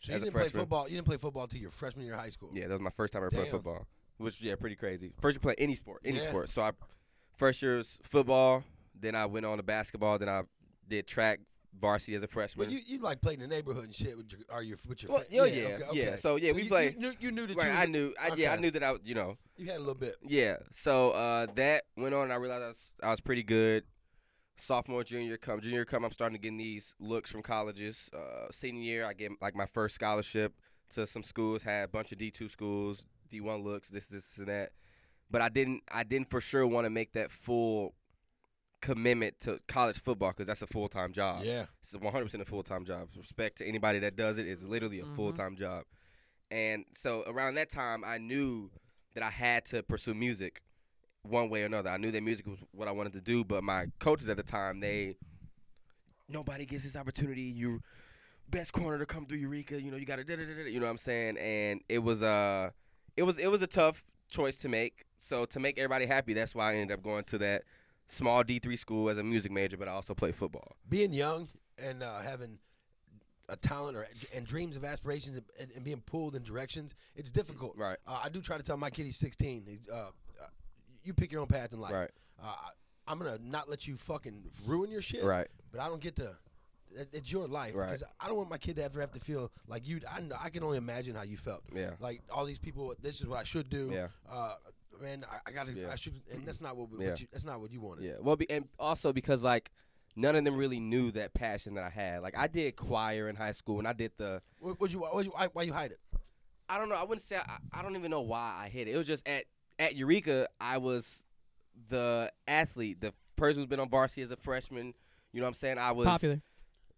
So you
as a
didn't play
freshman.
football. You didn't play football till your freshman year of high school.
Yeah, that was my first time ever playing
Damn.
football, which yeah, pretty crazy. First you play any sport, any
Yeah.
sport. So I first year was football, then I went on to basketball, then I did track varsity as a freshman.
But you, you like played in the neighborhood and shit with your are your with your
Well,
fa-
yeah, yeah, yeah. So, yeah, we
you,
play-
You knew, you knew that
right,
you was
I
a-
knew, I, yeah, I
okay.
knew that I, was, you know,
you had a little bit.
Yeah. So uh, that went on. And I realized I was, I was pretty good. Sophomore, junior come, junior come. I'm starting to get these looks from colleges. Uh, senior year, I get like my first scholarship to some schools. Had a bunch of D2 schools, D1 looks, this, this, and that. But I didn't, I didn't for sure want to make that full commitment to college football because that's a full time job
yeah.
it's a 100% a full-time job respect to anybody that does it it's literally a
Mhm.
full-time job and so around that time i knew that i had to pursue music one way or another i knew that music was what i wanted to do but my coaches at the time they nobody gets this opportunity you best corner to come through eureka you know you gotta da da da da you know what i'm saying and it was uh it was it was a tough choice to make so to make everybody happy that's why i ended up going to that small d3 school as a music major but i also played football
Being young and uh, having a talent or and dreams of aspirations and- and, and being pulled in directions, it's difficult.
Right.
Uh, I do try to tell my kid he's 16. He's, uh, uh, you pick your own path in life.
Right.
Uh, I- I'm gonna not let you fucking ruin your shit.
Right.
But I don't get to. it- It's your life.
Right.
Because I don't want my kid to ever have to feel like you. I, know- I can only imagine how you felt.
Yeah.
Like all these people. This is what I should do.
Yeah.
Uh, man, I, I gotta.
Yeah.
I should. And that's not what. what
Yeah.
you, that's not what you wanted.
Yeah. Well, be, and also because like none of them really knew that passion that I had. Like I did choir in high school, and I did the.
What, would you? Why, why'd you- why, why you hide it?
I don't know. I wouldn't say. I, I don't even know why I hit it. It was just at at Eureka, I was the athlete, the person who's been on varsity as a freshman. You know what I'm saying? I was
Popular.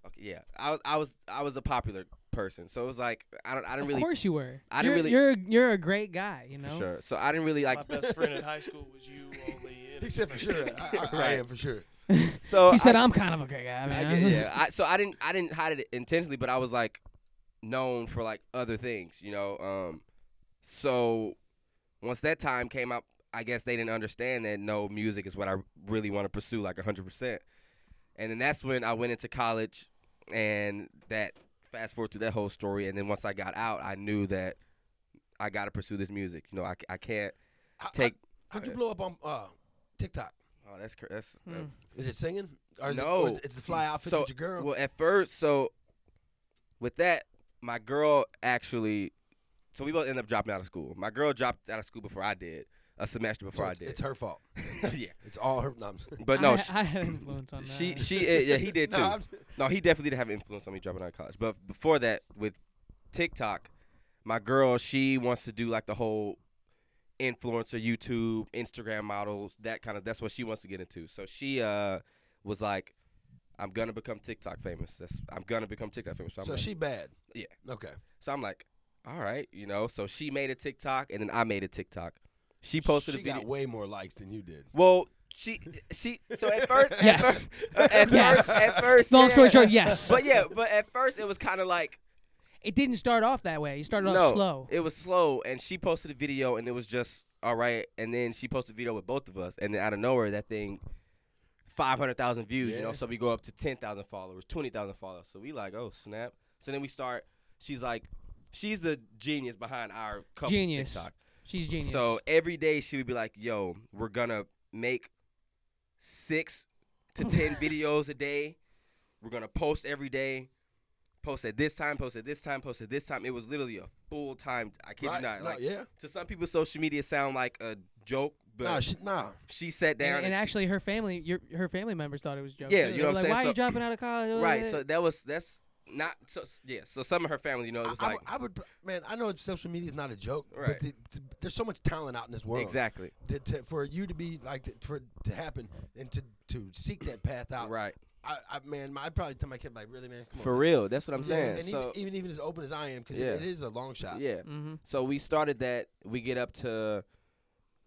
Okay, yeah, I was. I was. I was a popular person. So it was like I don't. I didn't
Of
really.
course you were.
I didn't
you're,
really-
You're you're a great guy. You know.
For sure. So I didn't really like.
My best friend in high school was you only. in
He said for sure. I, I, I
Right.
am for sure.
*laughs* So
He said,
I,
"I'm kind of a great guy,
I
man."
get- yeah. I, so I didn't I didn't hide it intentionally, but I was like known for like other things, you know. Um, so once that time came up, I guess they didn't understand that no music is what I really want to pursue like 100%. And then that's when I went into college and that fast forward through that whole story and then once I got out, I knew that I got to pursue this music. You know, I, c- I can't
How-
take
How, how'd you blow up on uh, TikTok?
Oh, that's cr- that's uh,
Hmm.
Is it singing? Or is it-
No.
or is- it's the fly outfit
So,
with your girl.
Well, at first, so with that, my girl actually, so we both ended up dropping out of school. My girl dropped out of school before I did, a semester
So
before I
it's,
did.
it's her fault.
*laughs* yeah,
It's all her. No, I'm,
*laughs*
but no,
I,
she,
I had influence on that.
she, she, uh, *laughs* yeah, he did too.
no, I'm,
No, he definitely did have an influence on me dropping out of college. But before that, with TikTok, my girl, she wants to do like the whole influencer, YouTube, Instagram models, that kind of. That's what she wants to get into. So she uh was like, "I'm gonna become TikTok famous. That's I'm gonna become TikTok famous." So, I'm
so
like,
she bad.
Yeah.
Okay.
so I'm like, "All right, you know." So she made a TikTok, and then I made a TikTok. She posted
she
a video.
got way more likes than you did.
well, she she so at first at
Yes.
fir- at
Yes.
first at first
Long story
yeah.
short, yes.
*laughs* But yeah, but at first it was kind of like
it didn't start off that way. You started off slow.
It was slow, and she posted a video, and it was just all right. And then she posted a video with both of us, and then out of nowhere, that thing, five hundred thousand views. You know,
Yeah.
so we go up to ten thousand followers, twenty thousand followers. So we like, oh snap! So then we start. She's like, she's the genius behind our couples
Genius.
TikTok.
She's genius.
So every day she would be like, yo, we're gonna make
six
*laughs*
to ten videos a day. We're gonna post every day. Post at this time. Post at this time. Post at this time. It was literally a full time. I kid
Right?
you not.
No,
like
yeah.
to some people, social media sound like a joke, but
Nah,
she,
she, nah.
sat down
And,
and,
and
she-
actually, her family, your her family members thought it was a joke.
Yeah,
too.
you
They
know
were
what I'm saying?
like, Why are
So-
you dropping out of
*laughs*
college?
right. So that was that's not so yeah. So some of her family, you know, it was
I, I
like
would- I would, man. I know social media is not a joke,
Right.
but th- th- there's so much talent out in this world.
exactly
That to, for you to be like to, for it to happen and to to seek that path out.
right
I, I man, I'd probably tell my kid like, really, man, come
For
on.
real, that's what I'm
Yeah,
saying.
and
so
even, even even as open as I am, because
Yeah.
it is a long shot.
yeah,
Mm-hmm.
so we started that. We get up to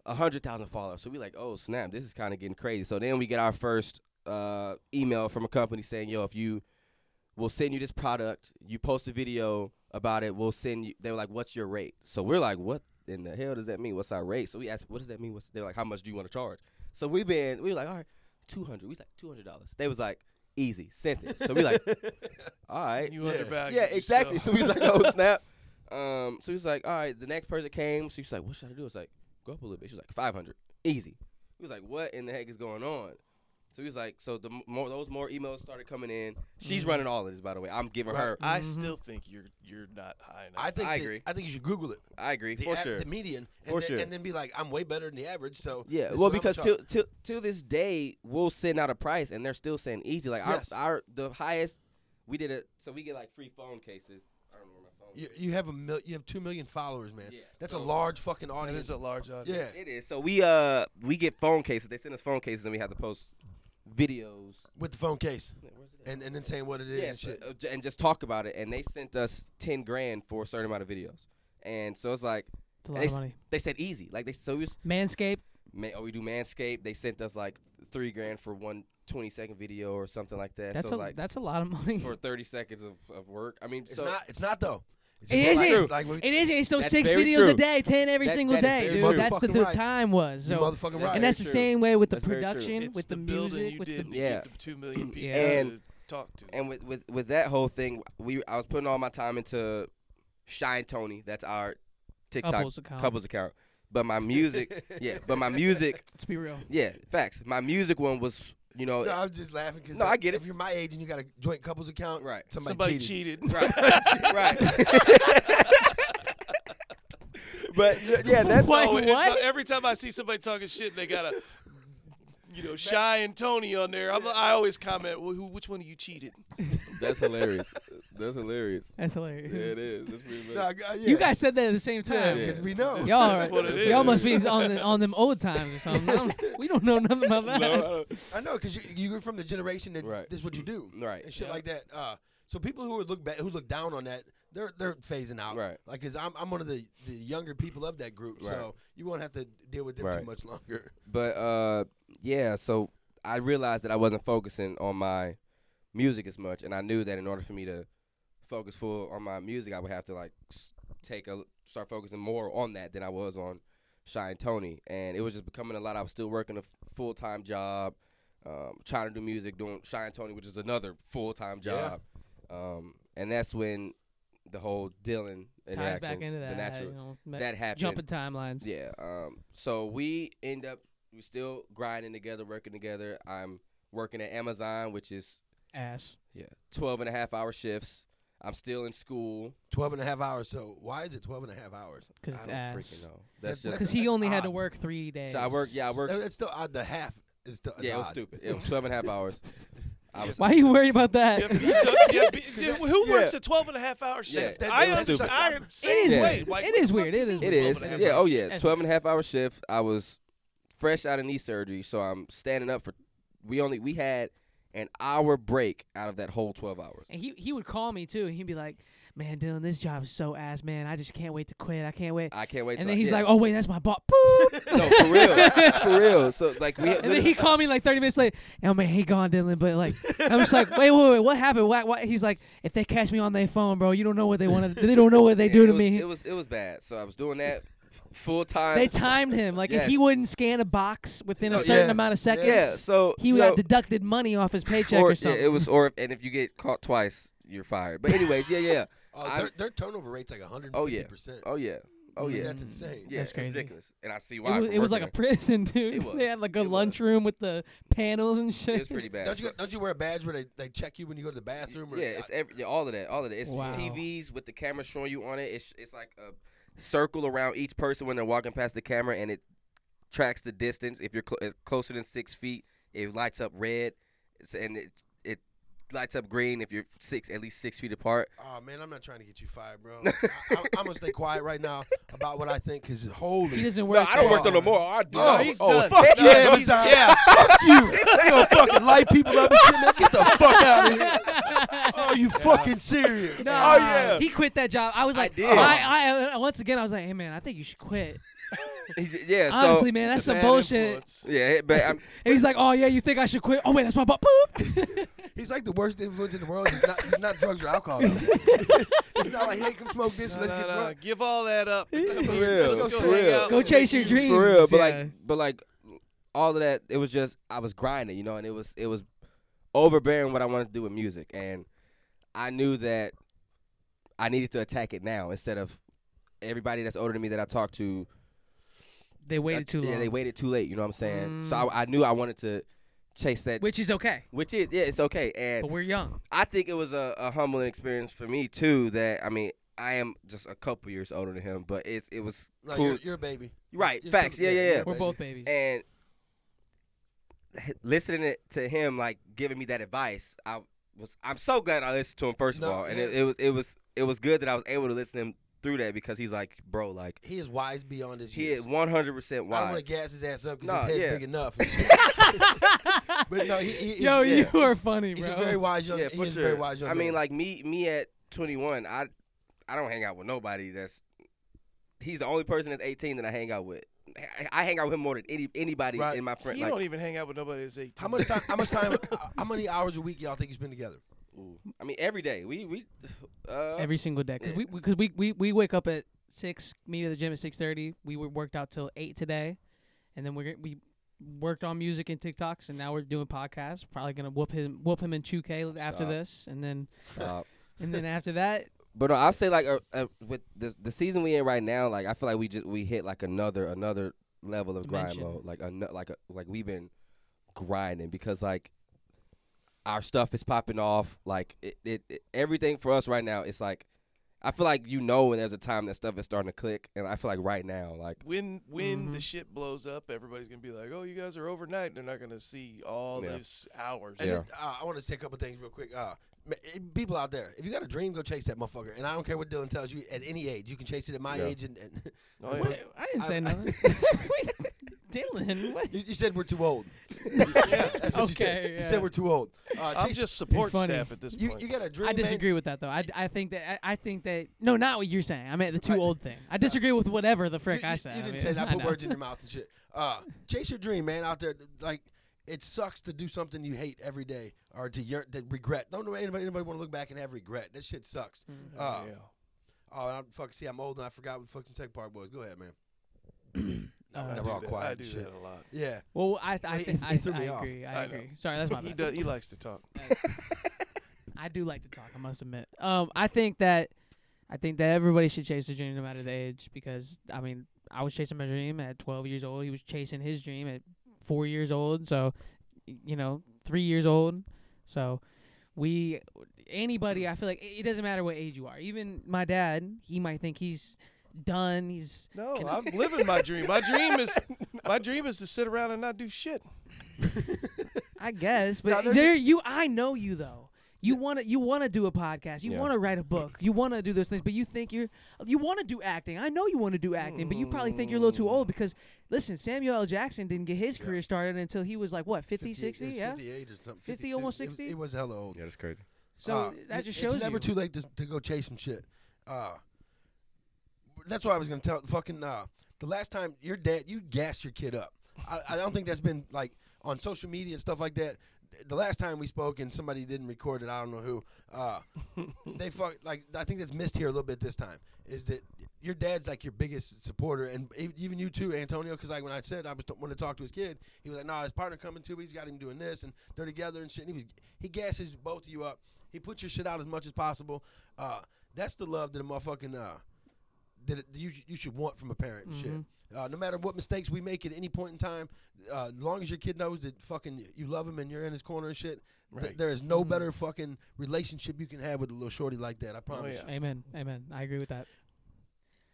a hundred thousand followers. So we like, oh snap, this is kind of getting crazy. So then we get our first uh, email from a company saying, yo, if you we'll send you this product, you post a video about it, we'll send you. They were like, what's your rate? So we're like, what in the hell does that mean? What's our rate? So we asked, what does that mean? What's, they're like, how much do you want to charge? So we been we were like, all right, two hundred. We was like two hundred dollars. They was like, easy, send it. So we like, *laughs* all right.
You undervalued
Yeah, exactly.
yourself.
So he's
*laughs*
like, oh snap. Um, so he's like, all right. The next person came. So he's like, what should I do? It's like, go up a little bit. She's like, five hundred, easy. He was like, what in the heck is going on? So he was like, so the m- more those more emails started coming in.
Mm-hmm.
She's running all of this, by the way. I'm giving her.
I
Mhm.
still think you're you're not high enough.
*laughs* I think
I
that-
agree.
I think you should Google it.
I agree
The
for
av-
sure.
The median. And
For
then,
sure.
And then be like, I'm way better than the average. So
Yeah,
this is
well,
what I'ma
because
charge.
till till till this day, we'll send out a price, and they're still saying easy. Like
Yes.
our our the highest we did it. So we get like free phone cases. I don't know where my phone.
you, you have a mil- you have two million followers, man.
Yeah,
That's a
so-
large fucking
That
audience.
is a large audience.
yeah,
It is. So we uh we get phone cases. They send us phone cases, and we have to post videos.
with the phone case
Wait, where's it at?
and and then saying what it is.
Yeah,
and shit.
so- uh, j- and just talk about it. And they sent us ten grand for a certain amount of videos. And so it's like
It's a lot
they,
of
s-
money.
they said easy. Like they so we was,
Manscaped.
ma oh we do Manscaped. They sent us like three grand for one 20 second video or something like that.
That's
so
a
it's like
that's a lot of money.
for thirty seconds of, of work. I mean,
It's
so
not. It's not though. It's
It
just
is
like-
true.
it's Like, we-
*laughs* It is. It's those
That's
six
very
videos
true.
a day, ten every
That-
single
that is
day,
very
dude.
true.
That's the, the
Motherfucking right.
time was.
you
So,
motherfucking
That's
right.
and that's the
true.
same way with the
That's very true.
production,
It's
with the,
the, building
music,
you
with
did
the
to
Yeah.
get the two million people
And-
to talk to.
and with, with with that whole thing, we I was putting all my time into Shine Tony. That's our TikTok
couples account.
couples account. But my music, yeah. But my music,
*laughs* Let's be real.
yeah. Facts. My music one was, you know,
No, I'm just laughing because
No, I get it.
If you're my age and you got a joint couples account,
Right.
Somebody,
Somebody
cheated.
cheated.
right, right. *laughs* but y- yeah, that's
*laughs*
What?
Oh,
all.
it's
What?
like every time I see somebody talking shit, and they got a, you know, shy and Tony on there. I'm, I always comment, well, who, which one of you cheated?
That's hilarious.
*laughs*
That's hilarious.
That's hilarious.
is. That's pretty
No, I- I- yeah.
You guys said that at the same
yeah,
time.
because we know.
Y'all,
That's
are-
what it
y'all
is.
must be on the, on them old times or
*laughs*
something. I don't- we don't know nothing about that.
I know because you you're from the generation that
Right. Mm,
this is what you do,
Right.
And shit like that. Uh, so people who would look back, who look down on that, they're they're phasing out,
Right.
Like, cause I'm I'm one of the, the younger people of that group,
Right.
so you won't have to deal with them
Right.
too much longer. *laughs*
But uh, yeah, so I realized that I wasn't focusing on my music as much, and I knew that in order for me to focus full on my music, I would have to like s- take a start focusing more on that than I was on Shy and Tony, and it was just becoming a lot. I was still working a full time job, um, trying to do music, doing Shy and Tony, which is another full time
Yeah.
job, um, and that's when the whole Dylan
Ties
interaction,
back into that.
the natural,
you know, ma-
that happened.
jumping timelines.
Yeah. Um. So we end up we still grinding together, working together. I'm working at Amazon, which is
Ass.
yeah 12 and a half hour shifts. I'm still in school.
12 and a half hours. So why is it 12 and a half hours?
Because
I
it's
don't
ass.
freaking know.
That's-
That's just.
Because he
That's
only had
odd.
to work three days.
*laughs* so I work. Yeah, I work.
It's still odd. The half is still it's
yeah, it was
odd.
stupid. It was 12 and a half hours. I was.
Why are you worried about *laughs*
Yeah,
that?
be- so- yeah, be- yeah, who works a 12 and a half hour shift?
Yeah.
I,
That- that was
understand. I am same
is
way.
weird.
Like,
It
what
is
the fuck
weird.
you
It is
doing
It
12
is.
and a half
Yeah.
hours?
Oh yeah.
That's
12 and a half hour shift. I was fresh out of knee surgery, so I'm standing up for. We only we had an hour break out of that whole 12 hours.
And he he would call me too, and he'd be like, "Man, Dylan, this job is so ass, man. I just can't wait to quit. I can't wait."
I can't wait.
and
till
then
I-
he's
yeah.
like, "Oh wait, that's my boss." Boop.
*laughs* No, for real,
*laughs*
for real. So like we.
And then he called me like 30 minutes later. Oh man, he gone, Dylan. But like, I'm just
*laughs*
like, wait, wait, wait, what happened? Why, why? He's like, if they catch me on their phone, bro, you don't know what they want to. They don't know what
*laughs*
they
Yeah,
do
it
to
was,
me.
It was it was bad. So I was doing that full time.
they timed him. Like if he
Yes. Oh,
wouldn't scan a box within a
No,
certain
yeah,
amount of
yeah.
seconds,
yeah. So
he
you
got
know,
deducted money off his paycheck
or,
or something.
Yeah, it was or if, and if you get caught twice, you're fired. But anyways, yeah, yeah.
Oh,
I-
their, their turnover rate's like 150%.
Oh yeah. Oh yeah.
Oh yeah.
That's insane.
yeah,
That's
it's
crazy.
ridiculous. And I see
It
why.
was,
from
it was like
working
a prison, *laughs* dude.
It
They
was.
had like a
It was.
lunchroom with the panels and
there.
shit.
It was
*laughs*
pretty bad.
Don't you
So-
don't you wear a badge where they, they check you when you go to the bathroom? Or
yeah, it's every, yeah, all of that, all of that. It's
Wow.
TVs with the camera showing you on it. It's it's like a circle around each person when they're walking past the camera, and it tracks the distance. If you're cl- uh, closer than six feet, it lights up red, it's, and it it lights up green if you're six at least six feet apart.
oh man, I'm not trying to get you fired, bro. I, I, I'm gonna stay quiet right now about what I think. Cause holy,
He doesn't
No,
work.
I don't
there.
work no more. I do.
No,
I-
he's
oh,
done.
fuck
No,
you,
he's-
Amazon.
yeah.
fuck you. You don't fucking light people up and shit, man. Get the fuck out of here. Are you fucking serious?
No,
Oh, yeah.
he quit that job. I was like, I,
did.
I, I- once again, I was like, hey man, I think you should quit.
He's- *laughs* Yeah, so
Honestly, man, that's
It's a
some
bad
bullshit.
influence.
yeah, but I'm,
And he's like, oh yeah, you think I should quit? Oh wait, that's my butt. Boop. *laughs*
He's like the worst influence in the world. He's not, he's not drugs or alcohol. though. it's not like, hey, come smoke this, let's
Nah,
get
nah,
drunk.
Give all
*laughs*
that up. Let's go-
real,
let's go
for
hang
real.
out
Go
with
chase your
you.
dream.
for real. But
Yeah.
like, but like, all of that. It was just I was grinding, you know, and it was it was overbearing what I wanted to do with music, and I knew that I needed to attack it now instead of everybody that's older than me that I talked to.
they waited too long,
Yeah, they waited too late. You know what I'm saying? So
Mm.
I, I knew I wanted to chase that,
which is okay.
which is yeah, it's okay. And
But we're young.
I think it was a, a humbling experience for me too. That I mean, I am just a couple years older than him, but it's it was
No,
cool.
you're, you're a baby.
right,
you're
facts.
still-
Yeah,
yeah,
yeah, yeah.
you're
We're
baby.
both babies.
And h- listening it- to him, like giving me that advice, I was I'm so glad I listened to him first
No,
of all, and
yeah.
it, it was it was it was good that I was able to listen to him through that because he's like, bro, like
He is wise beyond his
he
years.
is 100 percent
I don't
wise.
want to gas his ass up because
Nah,
his head's
yeah.
big enough. and shit. but no, he, he,
*laughs* Yo,
he's,
yeah.
you are funny,
he's
bro.
a very wise young.
yeah,
he
for
is a
sure.
very wise young.
I mean,
man.
like me me at 21, I I don't hang out with nobody that's he's the only person that's 18 that I hang out with. I, I hang out with him more than any, anybody
Right.
in my friend.
You
like,
don't even hang out with nobody that's 18.
how much time? How much time? uh, how many hours a week y'all think you spend together?
Ooh. I mean, every day we we *sighs* uh,
Every single day, cause
Yeah.
we, we, cause we, we, we wake up at six. Meet at the gym at six thirty. We were worked out till eight today, and then we're we worked on music and TikToks, and now we're doing podcasts. Probably gonna whoop him, whoop him in two K after
Stop.
this, and then
uh,
and then
*laughs*
after that,
but no, I'll say like uh, uh, with the the season we in right now, like I feel like we just we hit like another another level of grind
Dimension.
mode, like a like a, like we've been grinding because like our stuff is popping off, like it, it, it everything for us right now. It's like I feel like you know when there's a time that stuff is starting to click, and I feel like right now, like
When when
Mm-hmm.
the
Mhm.
shit blows up, everybody's gonna be like, "Oh, you guys are overnight." They're not gonna see all
Yeah.
this hours.
And
Yeah.
then, uh, I want to say a couple things real quick. Uh, ma- eh, people out there, if you got a dream, go chase that motherfucker. And I don't care what Dylan tells you. At any age, you can chase it. At my
Yeah.
age, and, and *laughs*
Oh, yeah.
What? I didn't say
I-
nothing.
*laughs*
*laughs* Dylan, what?
you, you said we're too
*laughs*
old. *laughs*
Yeah.
That's what you said.
Okay,
You
yeah.
said we're too old. Uh,
I'm
chase-
just support
funny.
staff at this
you,
point.
you got a dream.
I
man.
disagree with that though. I, I think that I, I think that no, not what you're saying. I meant the too old thing. I disagree with whatever the frick
you,
I
you-
said.
You
I
didn't
mean,
say that.
I
Put
know.
words in your mouth and shit. Uh, chase your dream, man. Out there, like it sucks to do something you hate every day or to yearn, to regret. Don't know anybody anybody want to look back and have regret. That shit sucks.
Mm-hmm.
Uh,
Yeah.
Oh, and I'm fucking see. I'm old and I forgot what the fucking second part was. Go ahead, man. no,
I do
we're all
that.
quiet
I
and
do
shit.
that a lot.
Yeah,
Well, I
*laughs*
I,
He-
think,
he
I,
threw me
I
off.
agree. I,
I know.
agree. Sorry, that's my
*laughs*
He
bad.
does. He likes to talk.
I do like to talk. I must admit. Um, I think that I think that everybody should chase their dream no matter the age because I mean I was chasing my dream at 12 years old. He was chasing his dream at four years old. So y- you know, three years old. So we anybody I feel like it it doesn't matter what age you are. Even my dad, he might think he's done. He's
No,
Can-
I'm living my dream. My
*laughs*
dream is my dream is to sit around and not do shit.
I guess,
No,
but
there's a-
there you I know you though. You want to you want to do a podcast. You
Yeah.
want to write a book. You want to do those things, but you think you're you want to do acting. I know you want to do acting, but you probably think you're a little too old because listen, Samuel L. Jackson didn't get his career started until he was like what, 50, 60,
it was
yeah?
58 or something.
50,
52.
almost
It was-
60?
It was hella old.
yeah, that's crazy.
So
Uh,
that
it-
just shows
it's never
you.
too late to, to go chase some shit. Uh, that's what I was gonna tell. Fucking uh, the last time your dad, you gassed your kid up. I, I don't think that's been like on social media and stuff like that. The last time we spoke and somebody didn't record it, I don't know who. Uh, they fuck like I think that's missed here a little bit this time. Is that your dad's like your biggest supporter and ev- even you too, Antonio? Because like when I said I was t- want to talk to his kid, he was like, "No, his partner coming too. He's got him doing this and they're together and shit." And he was he gasses both of you up. He puts your shit out as much as possible. Uh, that's the love that a motherfucking uh, that it- you sh- you should want from a parent. and Shit.
Mhm.
Mm-hmm.
Uh, no matter what mistakes we make at any point in time, uh, as long as your kid knows that fucking you love him and you're in his corner and shit, th-
Right. Mm-hmm.
there is no
Mhm.
better fucking relationship you can have with a little shorty like that. I promise.
Oh, yeah.
you.
Amen. Amen. I agree with that.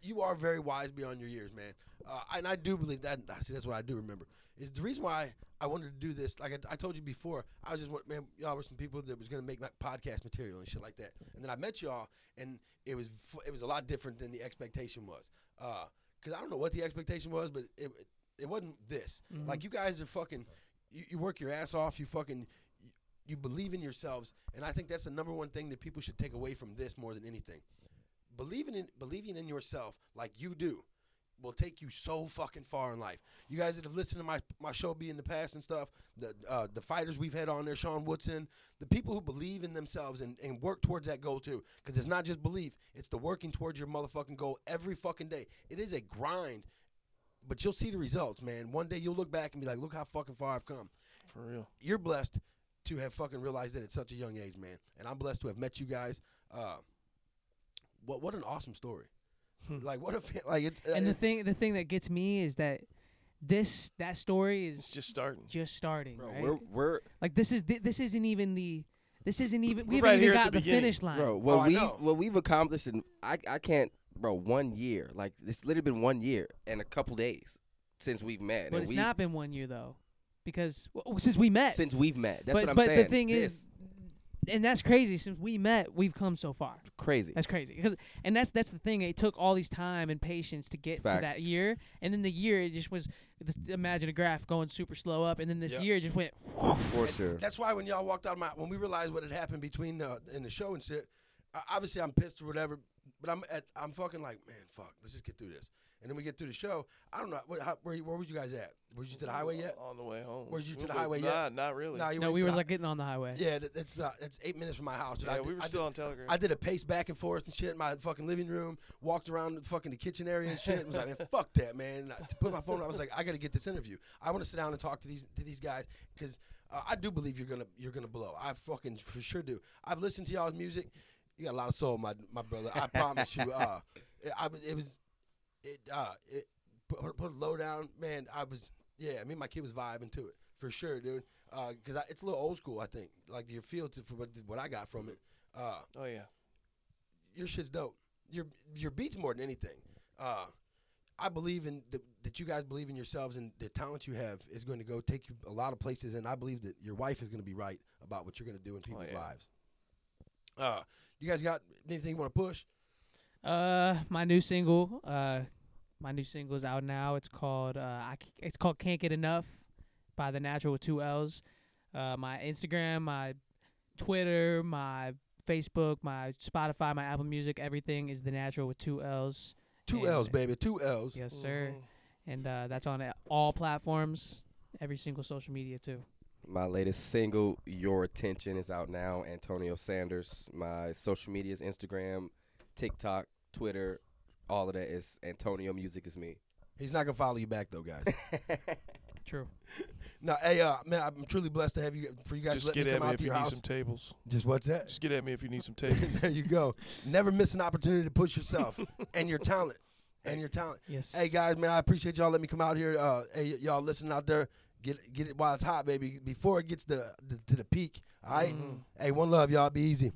you are very wise beyond your years, man. Uh, and I do believe that. I see, that's what I do remember. Is the reason why I wanted to do this. Like I, I told you before, I was just wa- man, y'all were some people that was gonna make my podcast material and shit like that. And then I met y'all, and it was f- it was a lot different than the expectation was. Uh, Cause I don't know what the expectation was, but it it, it wasn't this. Like you guys are fucking, you, you work your ass off. You fucking. you- You believe in yourselves, and I think that's the number one thing that people should take away from this more than anything believing in believing in yourself like you do will take you so fucking far in life. You guys that have listened to my my show be in the past and stuff, the uh, the fighters we've had on there, Sean Woodson, the people who believe in themselves and, and work towards that goal too. Because it's not just belief; it's the working towards your motherfucking goal every fucking day. It is a grind, but you'll see the results, man. One day you'll look back and be like, "Look how fucking far I've come."
For real.
you're blessed to have fucking realized that at such a young age, man. And I'm blessed to have met you guys. Uh, what what an awesome story! like what a fa- like it's uh,
Hmm. And the
it-
thing, the thing that gets me is that this that story
It's
is
just starting.
just starting.
Bro,
right?
we're we're
Like this is thi- this isn't even the this isn't even we
We're
haven't
right
even
here
got
at the
the,
beginning.
finish line.
bro.
Oh, I
What we
know.
what we've accomplished in I I can't bro one year like it's literally been one year and a couple days since we've met.
But
and
it's
we,
not been one year though, because well, since we met.
since we've met. That's
but
what I'm
but
saying.
the thing
This
is, and that's crazy. Since we met, we've come so far.
crazy.
That's crazy. 'Cause- and that's that's the thing. It took all these time and patience to get to
Facts.
that year, and then the year it just was. This, imagine a graph going super slow up, and then this
Yeah.
year it just went.
For sure.
that's why when y'all walked out of my when we realized what had happened between the in the show and shit. Uh, obviously, I'm pissed or whatever, but I'm at I'm fucking like man, fuck. Let's just get through this. And then we get through the show. I don't know what, how, where where was you guys at? Were you to the highway yet?
On the way home.
Were you to
We
the highway
nah,
yet?
not really.
Nah, you
No,
weren't
we
to
were
the-
like getting on the highway.
Yeah, that, that's not. That's eight minutes from my house. dude. I
yeah,
did-
we were
I did-
still on Telegram.
I did a pace back and forth and shit in my fucking living room, walked around the fucking the kitchen area and shit. And was like, man, fuck that, man. And I, to put my phone, I was like, I gotta get this interview. I want to sit down and talk to these to these guys because uh, I do believe you're gonna you're gonna blow. I fucking for sure do. I've listened to y'all's music. You got a lot of soul, my my brother. I promise you. Uh, it, I was- it was it uh it put, put a low down, man. I was yeah. I mean, my kid was vibing to it for sure, dude. Uh, cause I, it's a little old school, I think. Like your feel to for what, what I got from it. Uh,
Oh yeah.
your shit's dope. Your your beats more than anything. Uh, I believe in the, that you guys believe in yourselves and the talent you have is going to go take you a lot of places. And I believe that your wife is going to be right about what you're going to do in people's
Oh, yeah.
lives. Uh, you guys got anything you want to push?
Uh, my new single. Uh, my new single is out now. It's called uh, I c it's called Can't Get Enough by The Natural with two L's. Uh, my Instagram, my Twitter, my Facebook, my Spotify, my Apple Music, everything is The Natural with two L's.
Two
Yeah.
L's, baby. Two L's.
Yes, sir.
Mhm.
And uh, that's on a- all platforms, every single social media too.
My latest single, Your Attention, is out now. Antonio Sanders. My social medias, Instagram, TikTok, Twitter, all of that is Antonio Music is me.
He's not going to follow you back though,
*laughs*
guys.
True.
no, hey, uh, man, I'm truly blessed to have you for you guys.
Just
let
get
me
at
come
me
out
if
to
you
your
need
house.
some tables.
Just what's that?
Just get at me if you
*laughs*
need some tables.
there you
*laughs*
go. Never miss an opportunity to push yourself and your talent and your talent.
Yes.
Hey guys, man, I appreciate y'all. Let me come out here. Uh, hey, y- y'all listening out there, get get it while it's hot, baby. Before it gets the, the to the peak. All right? Hey, one love, y'all. Be easy.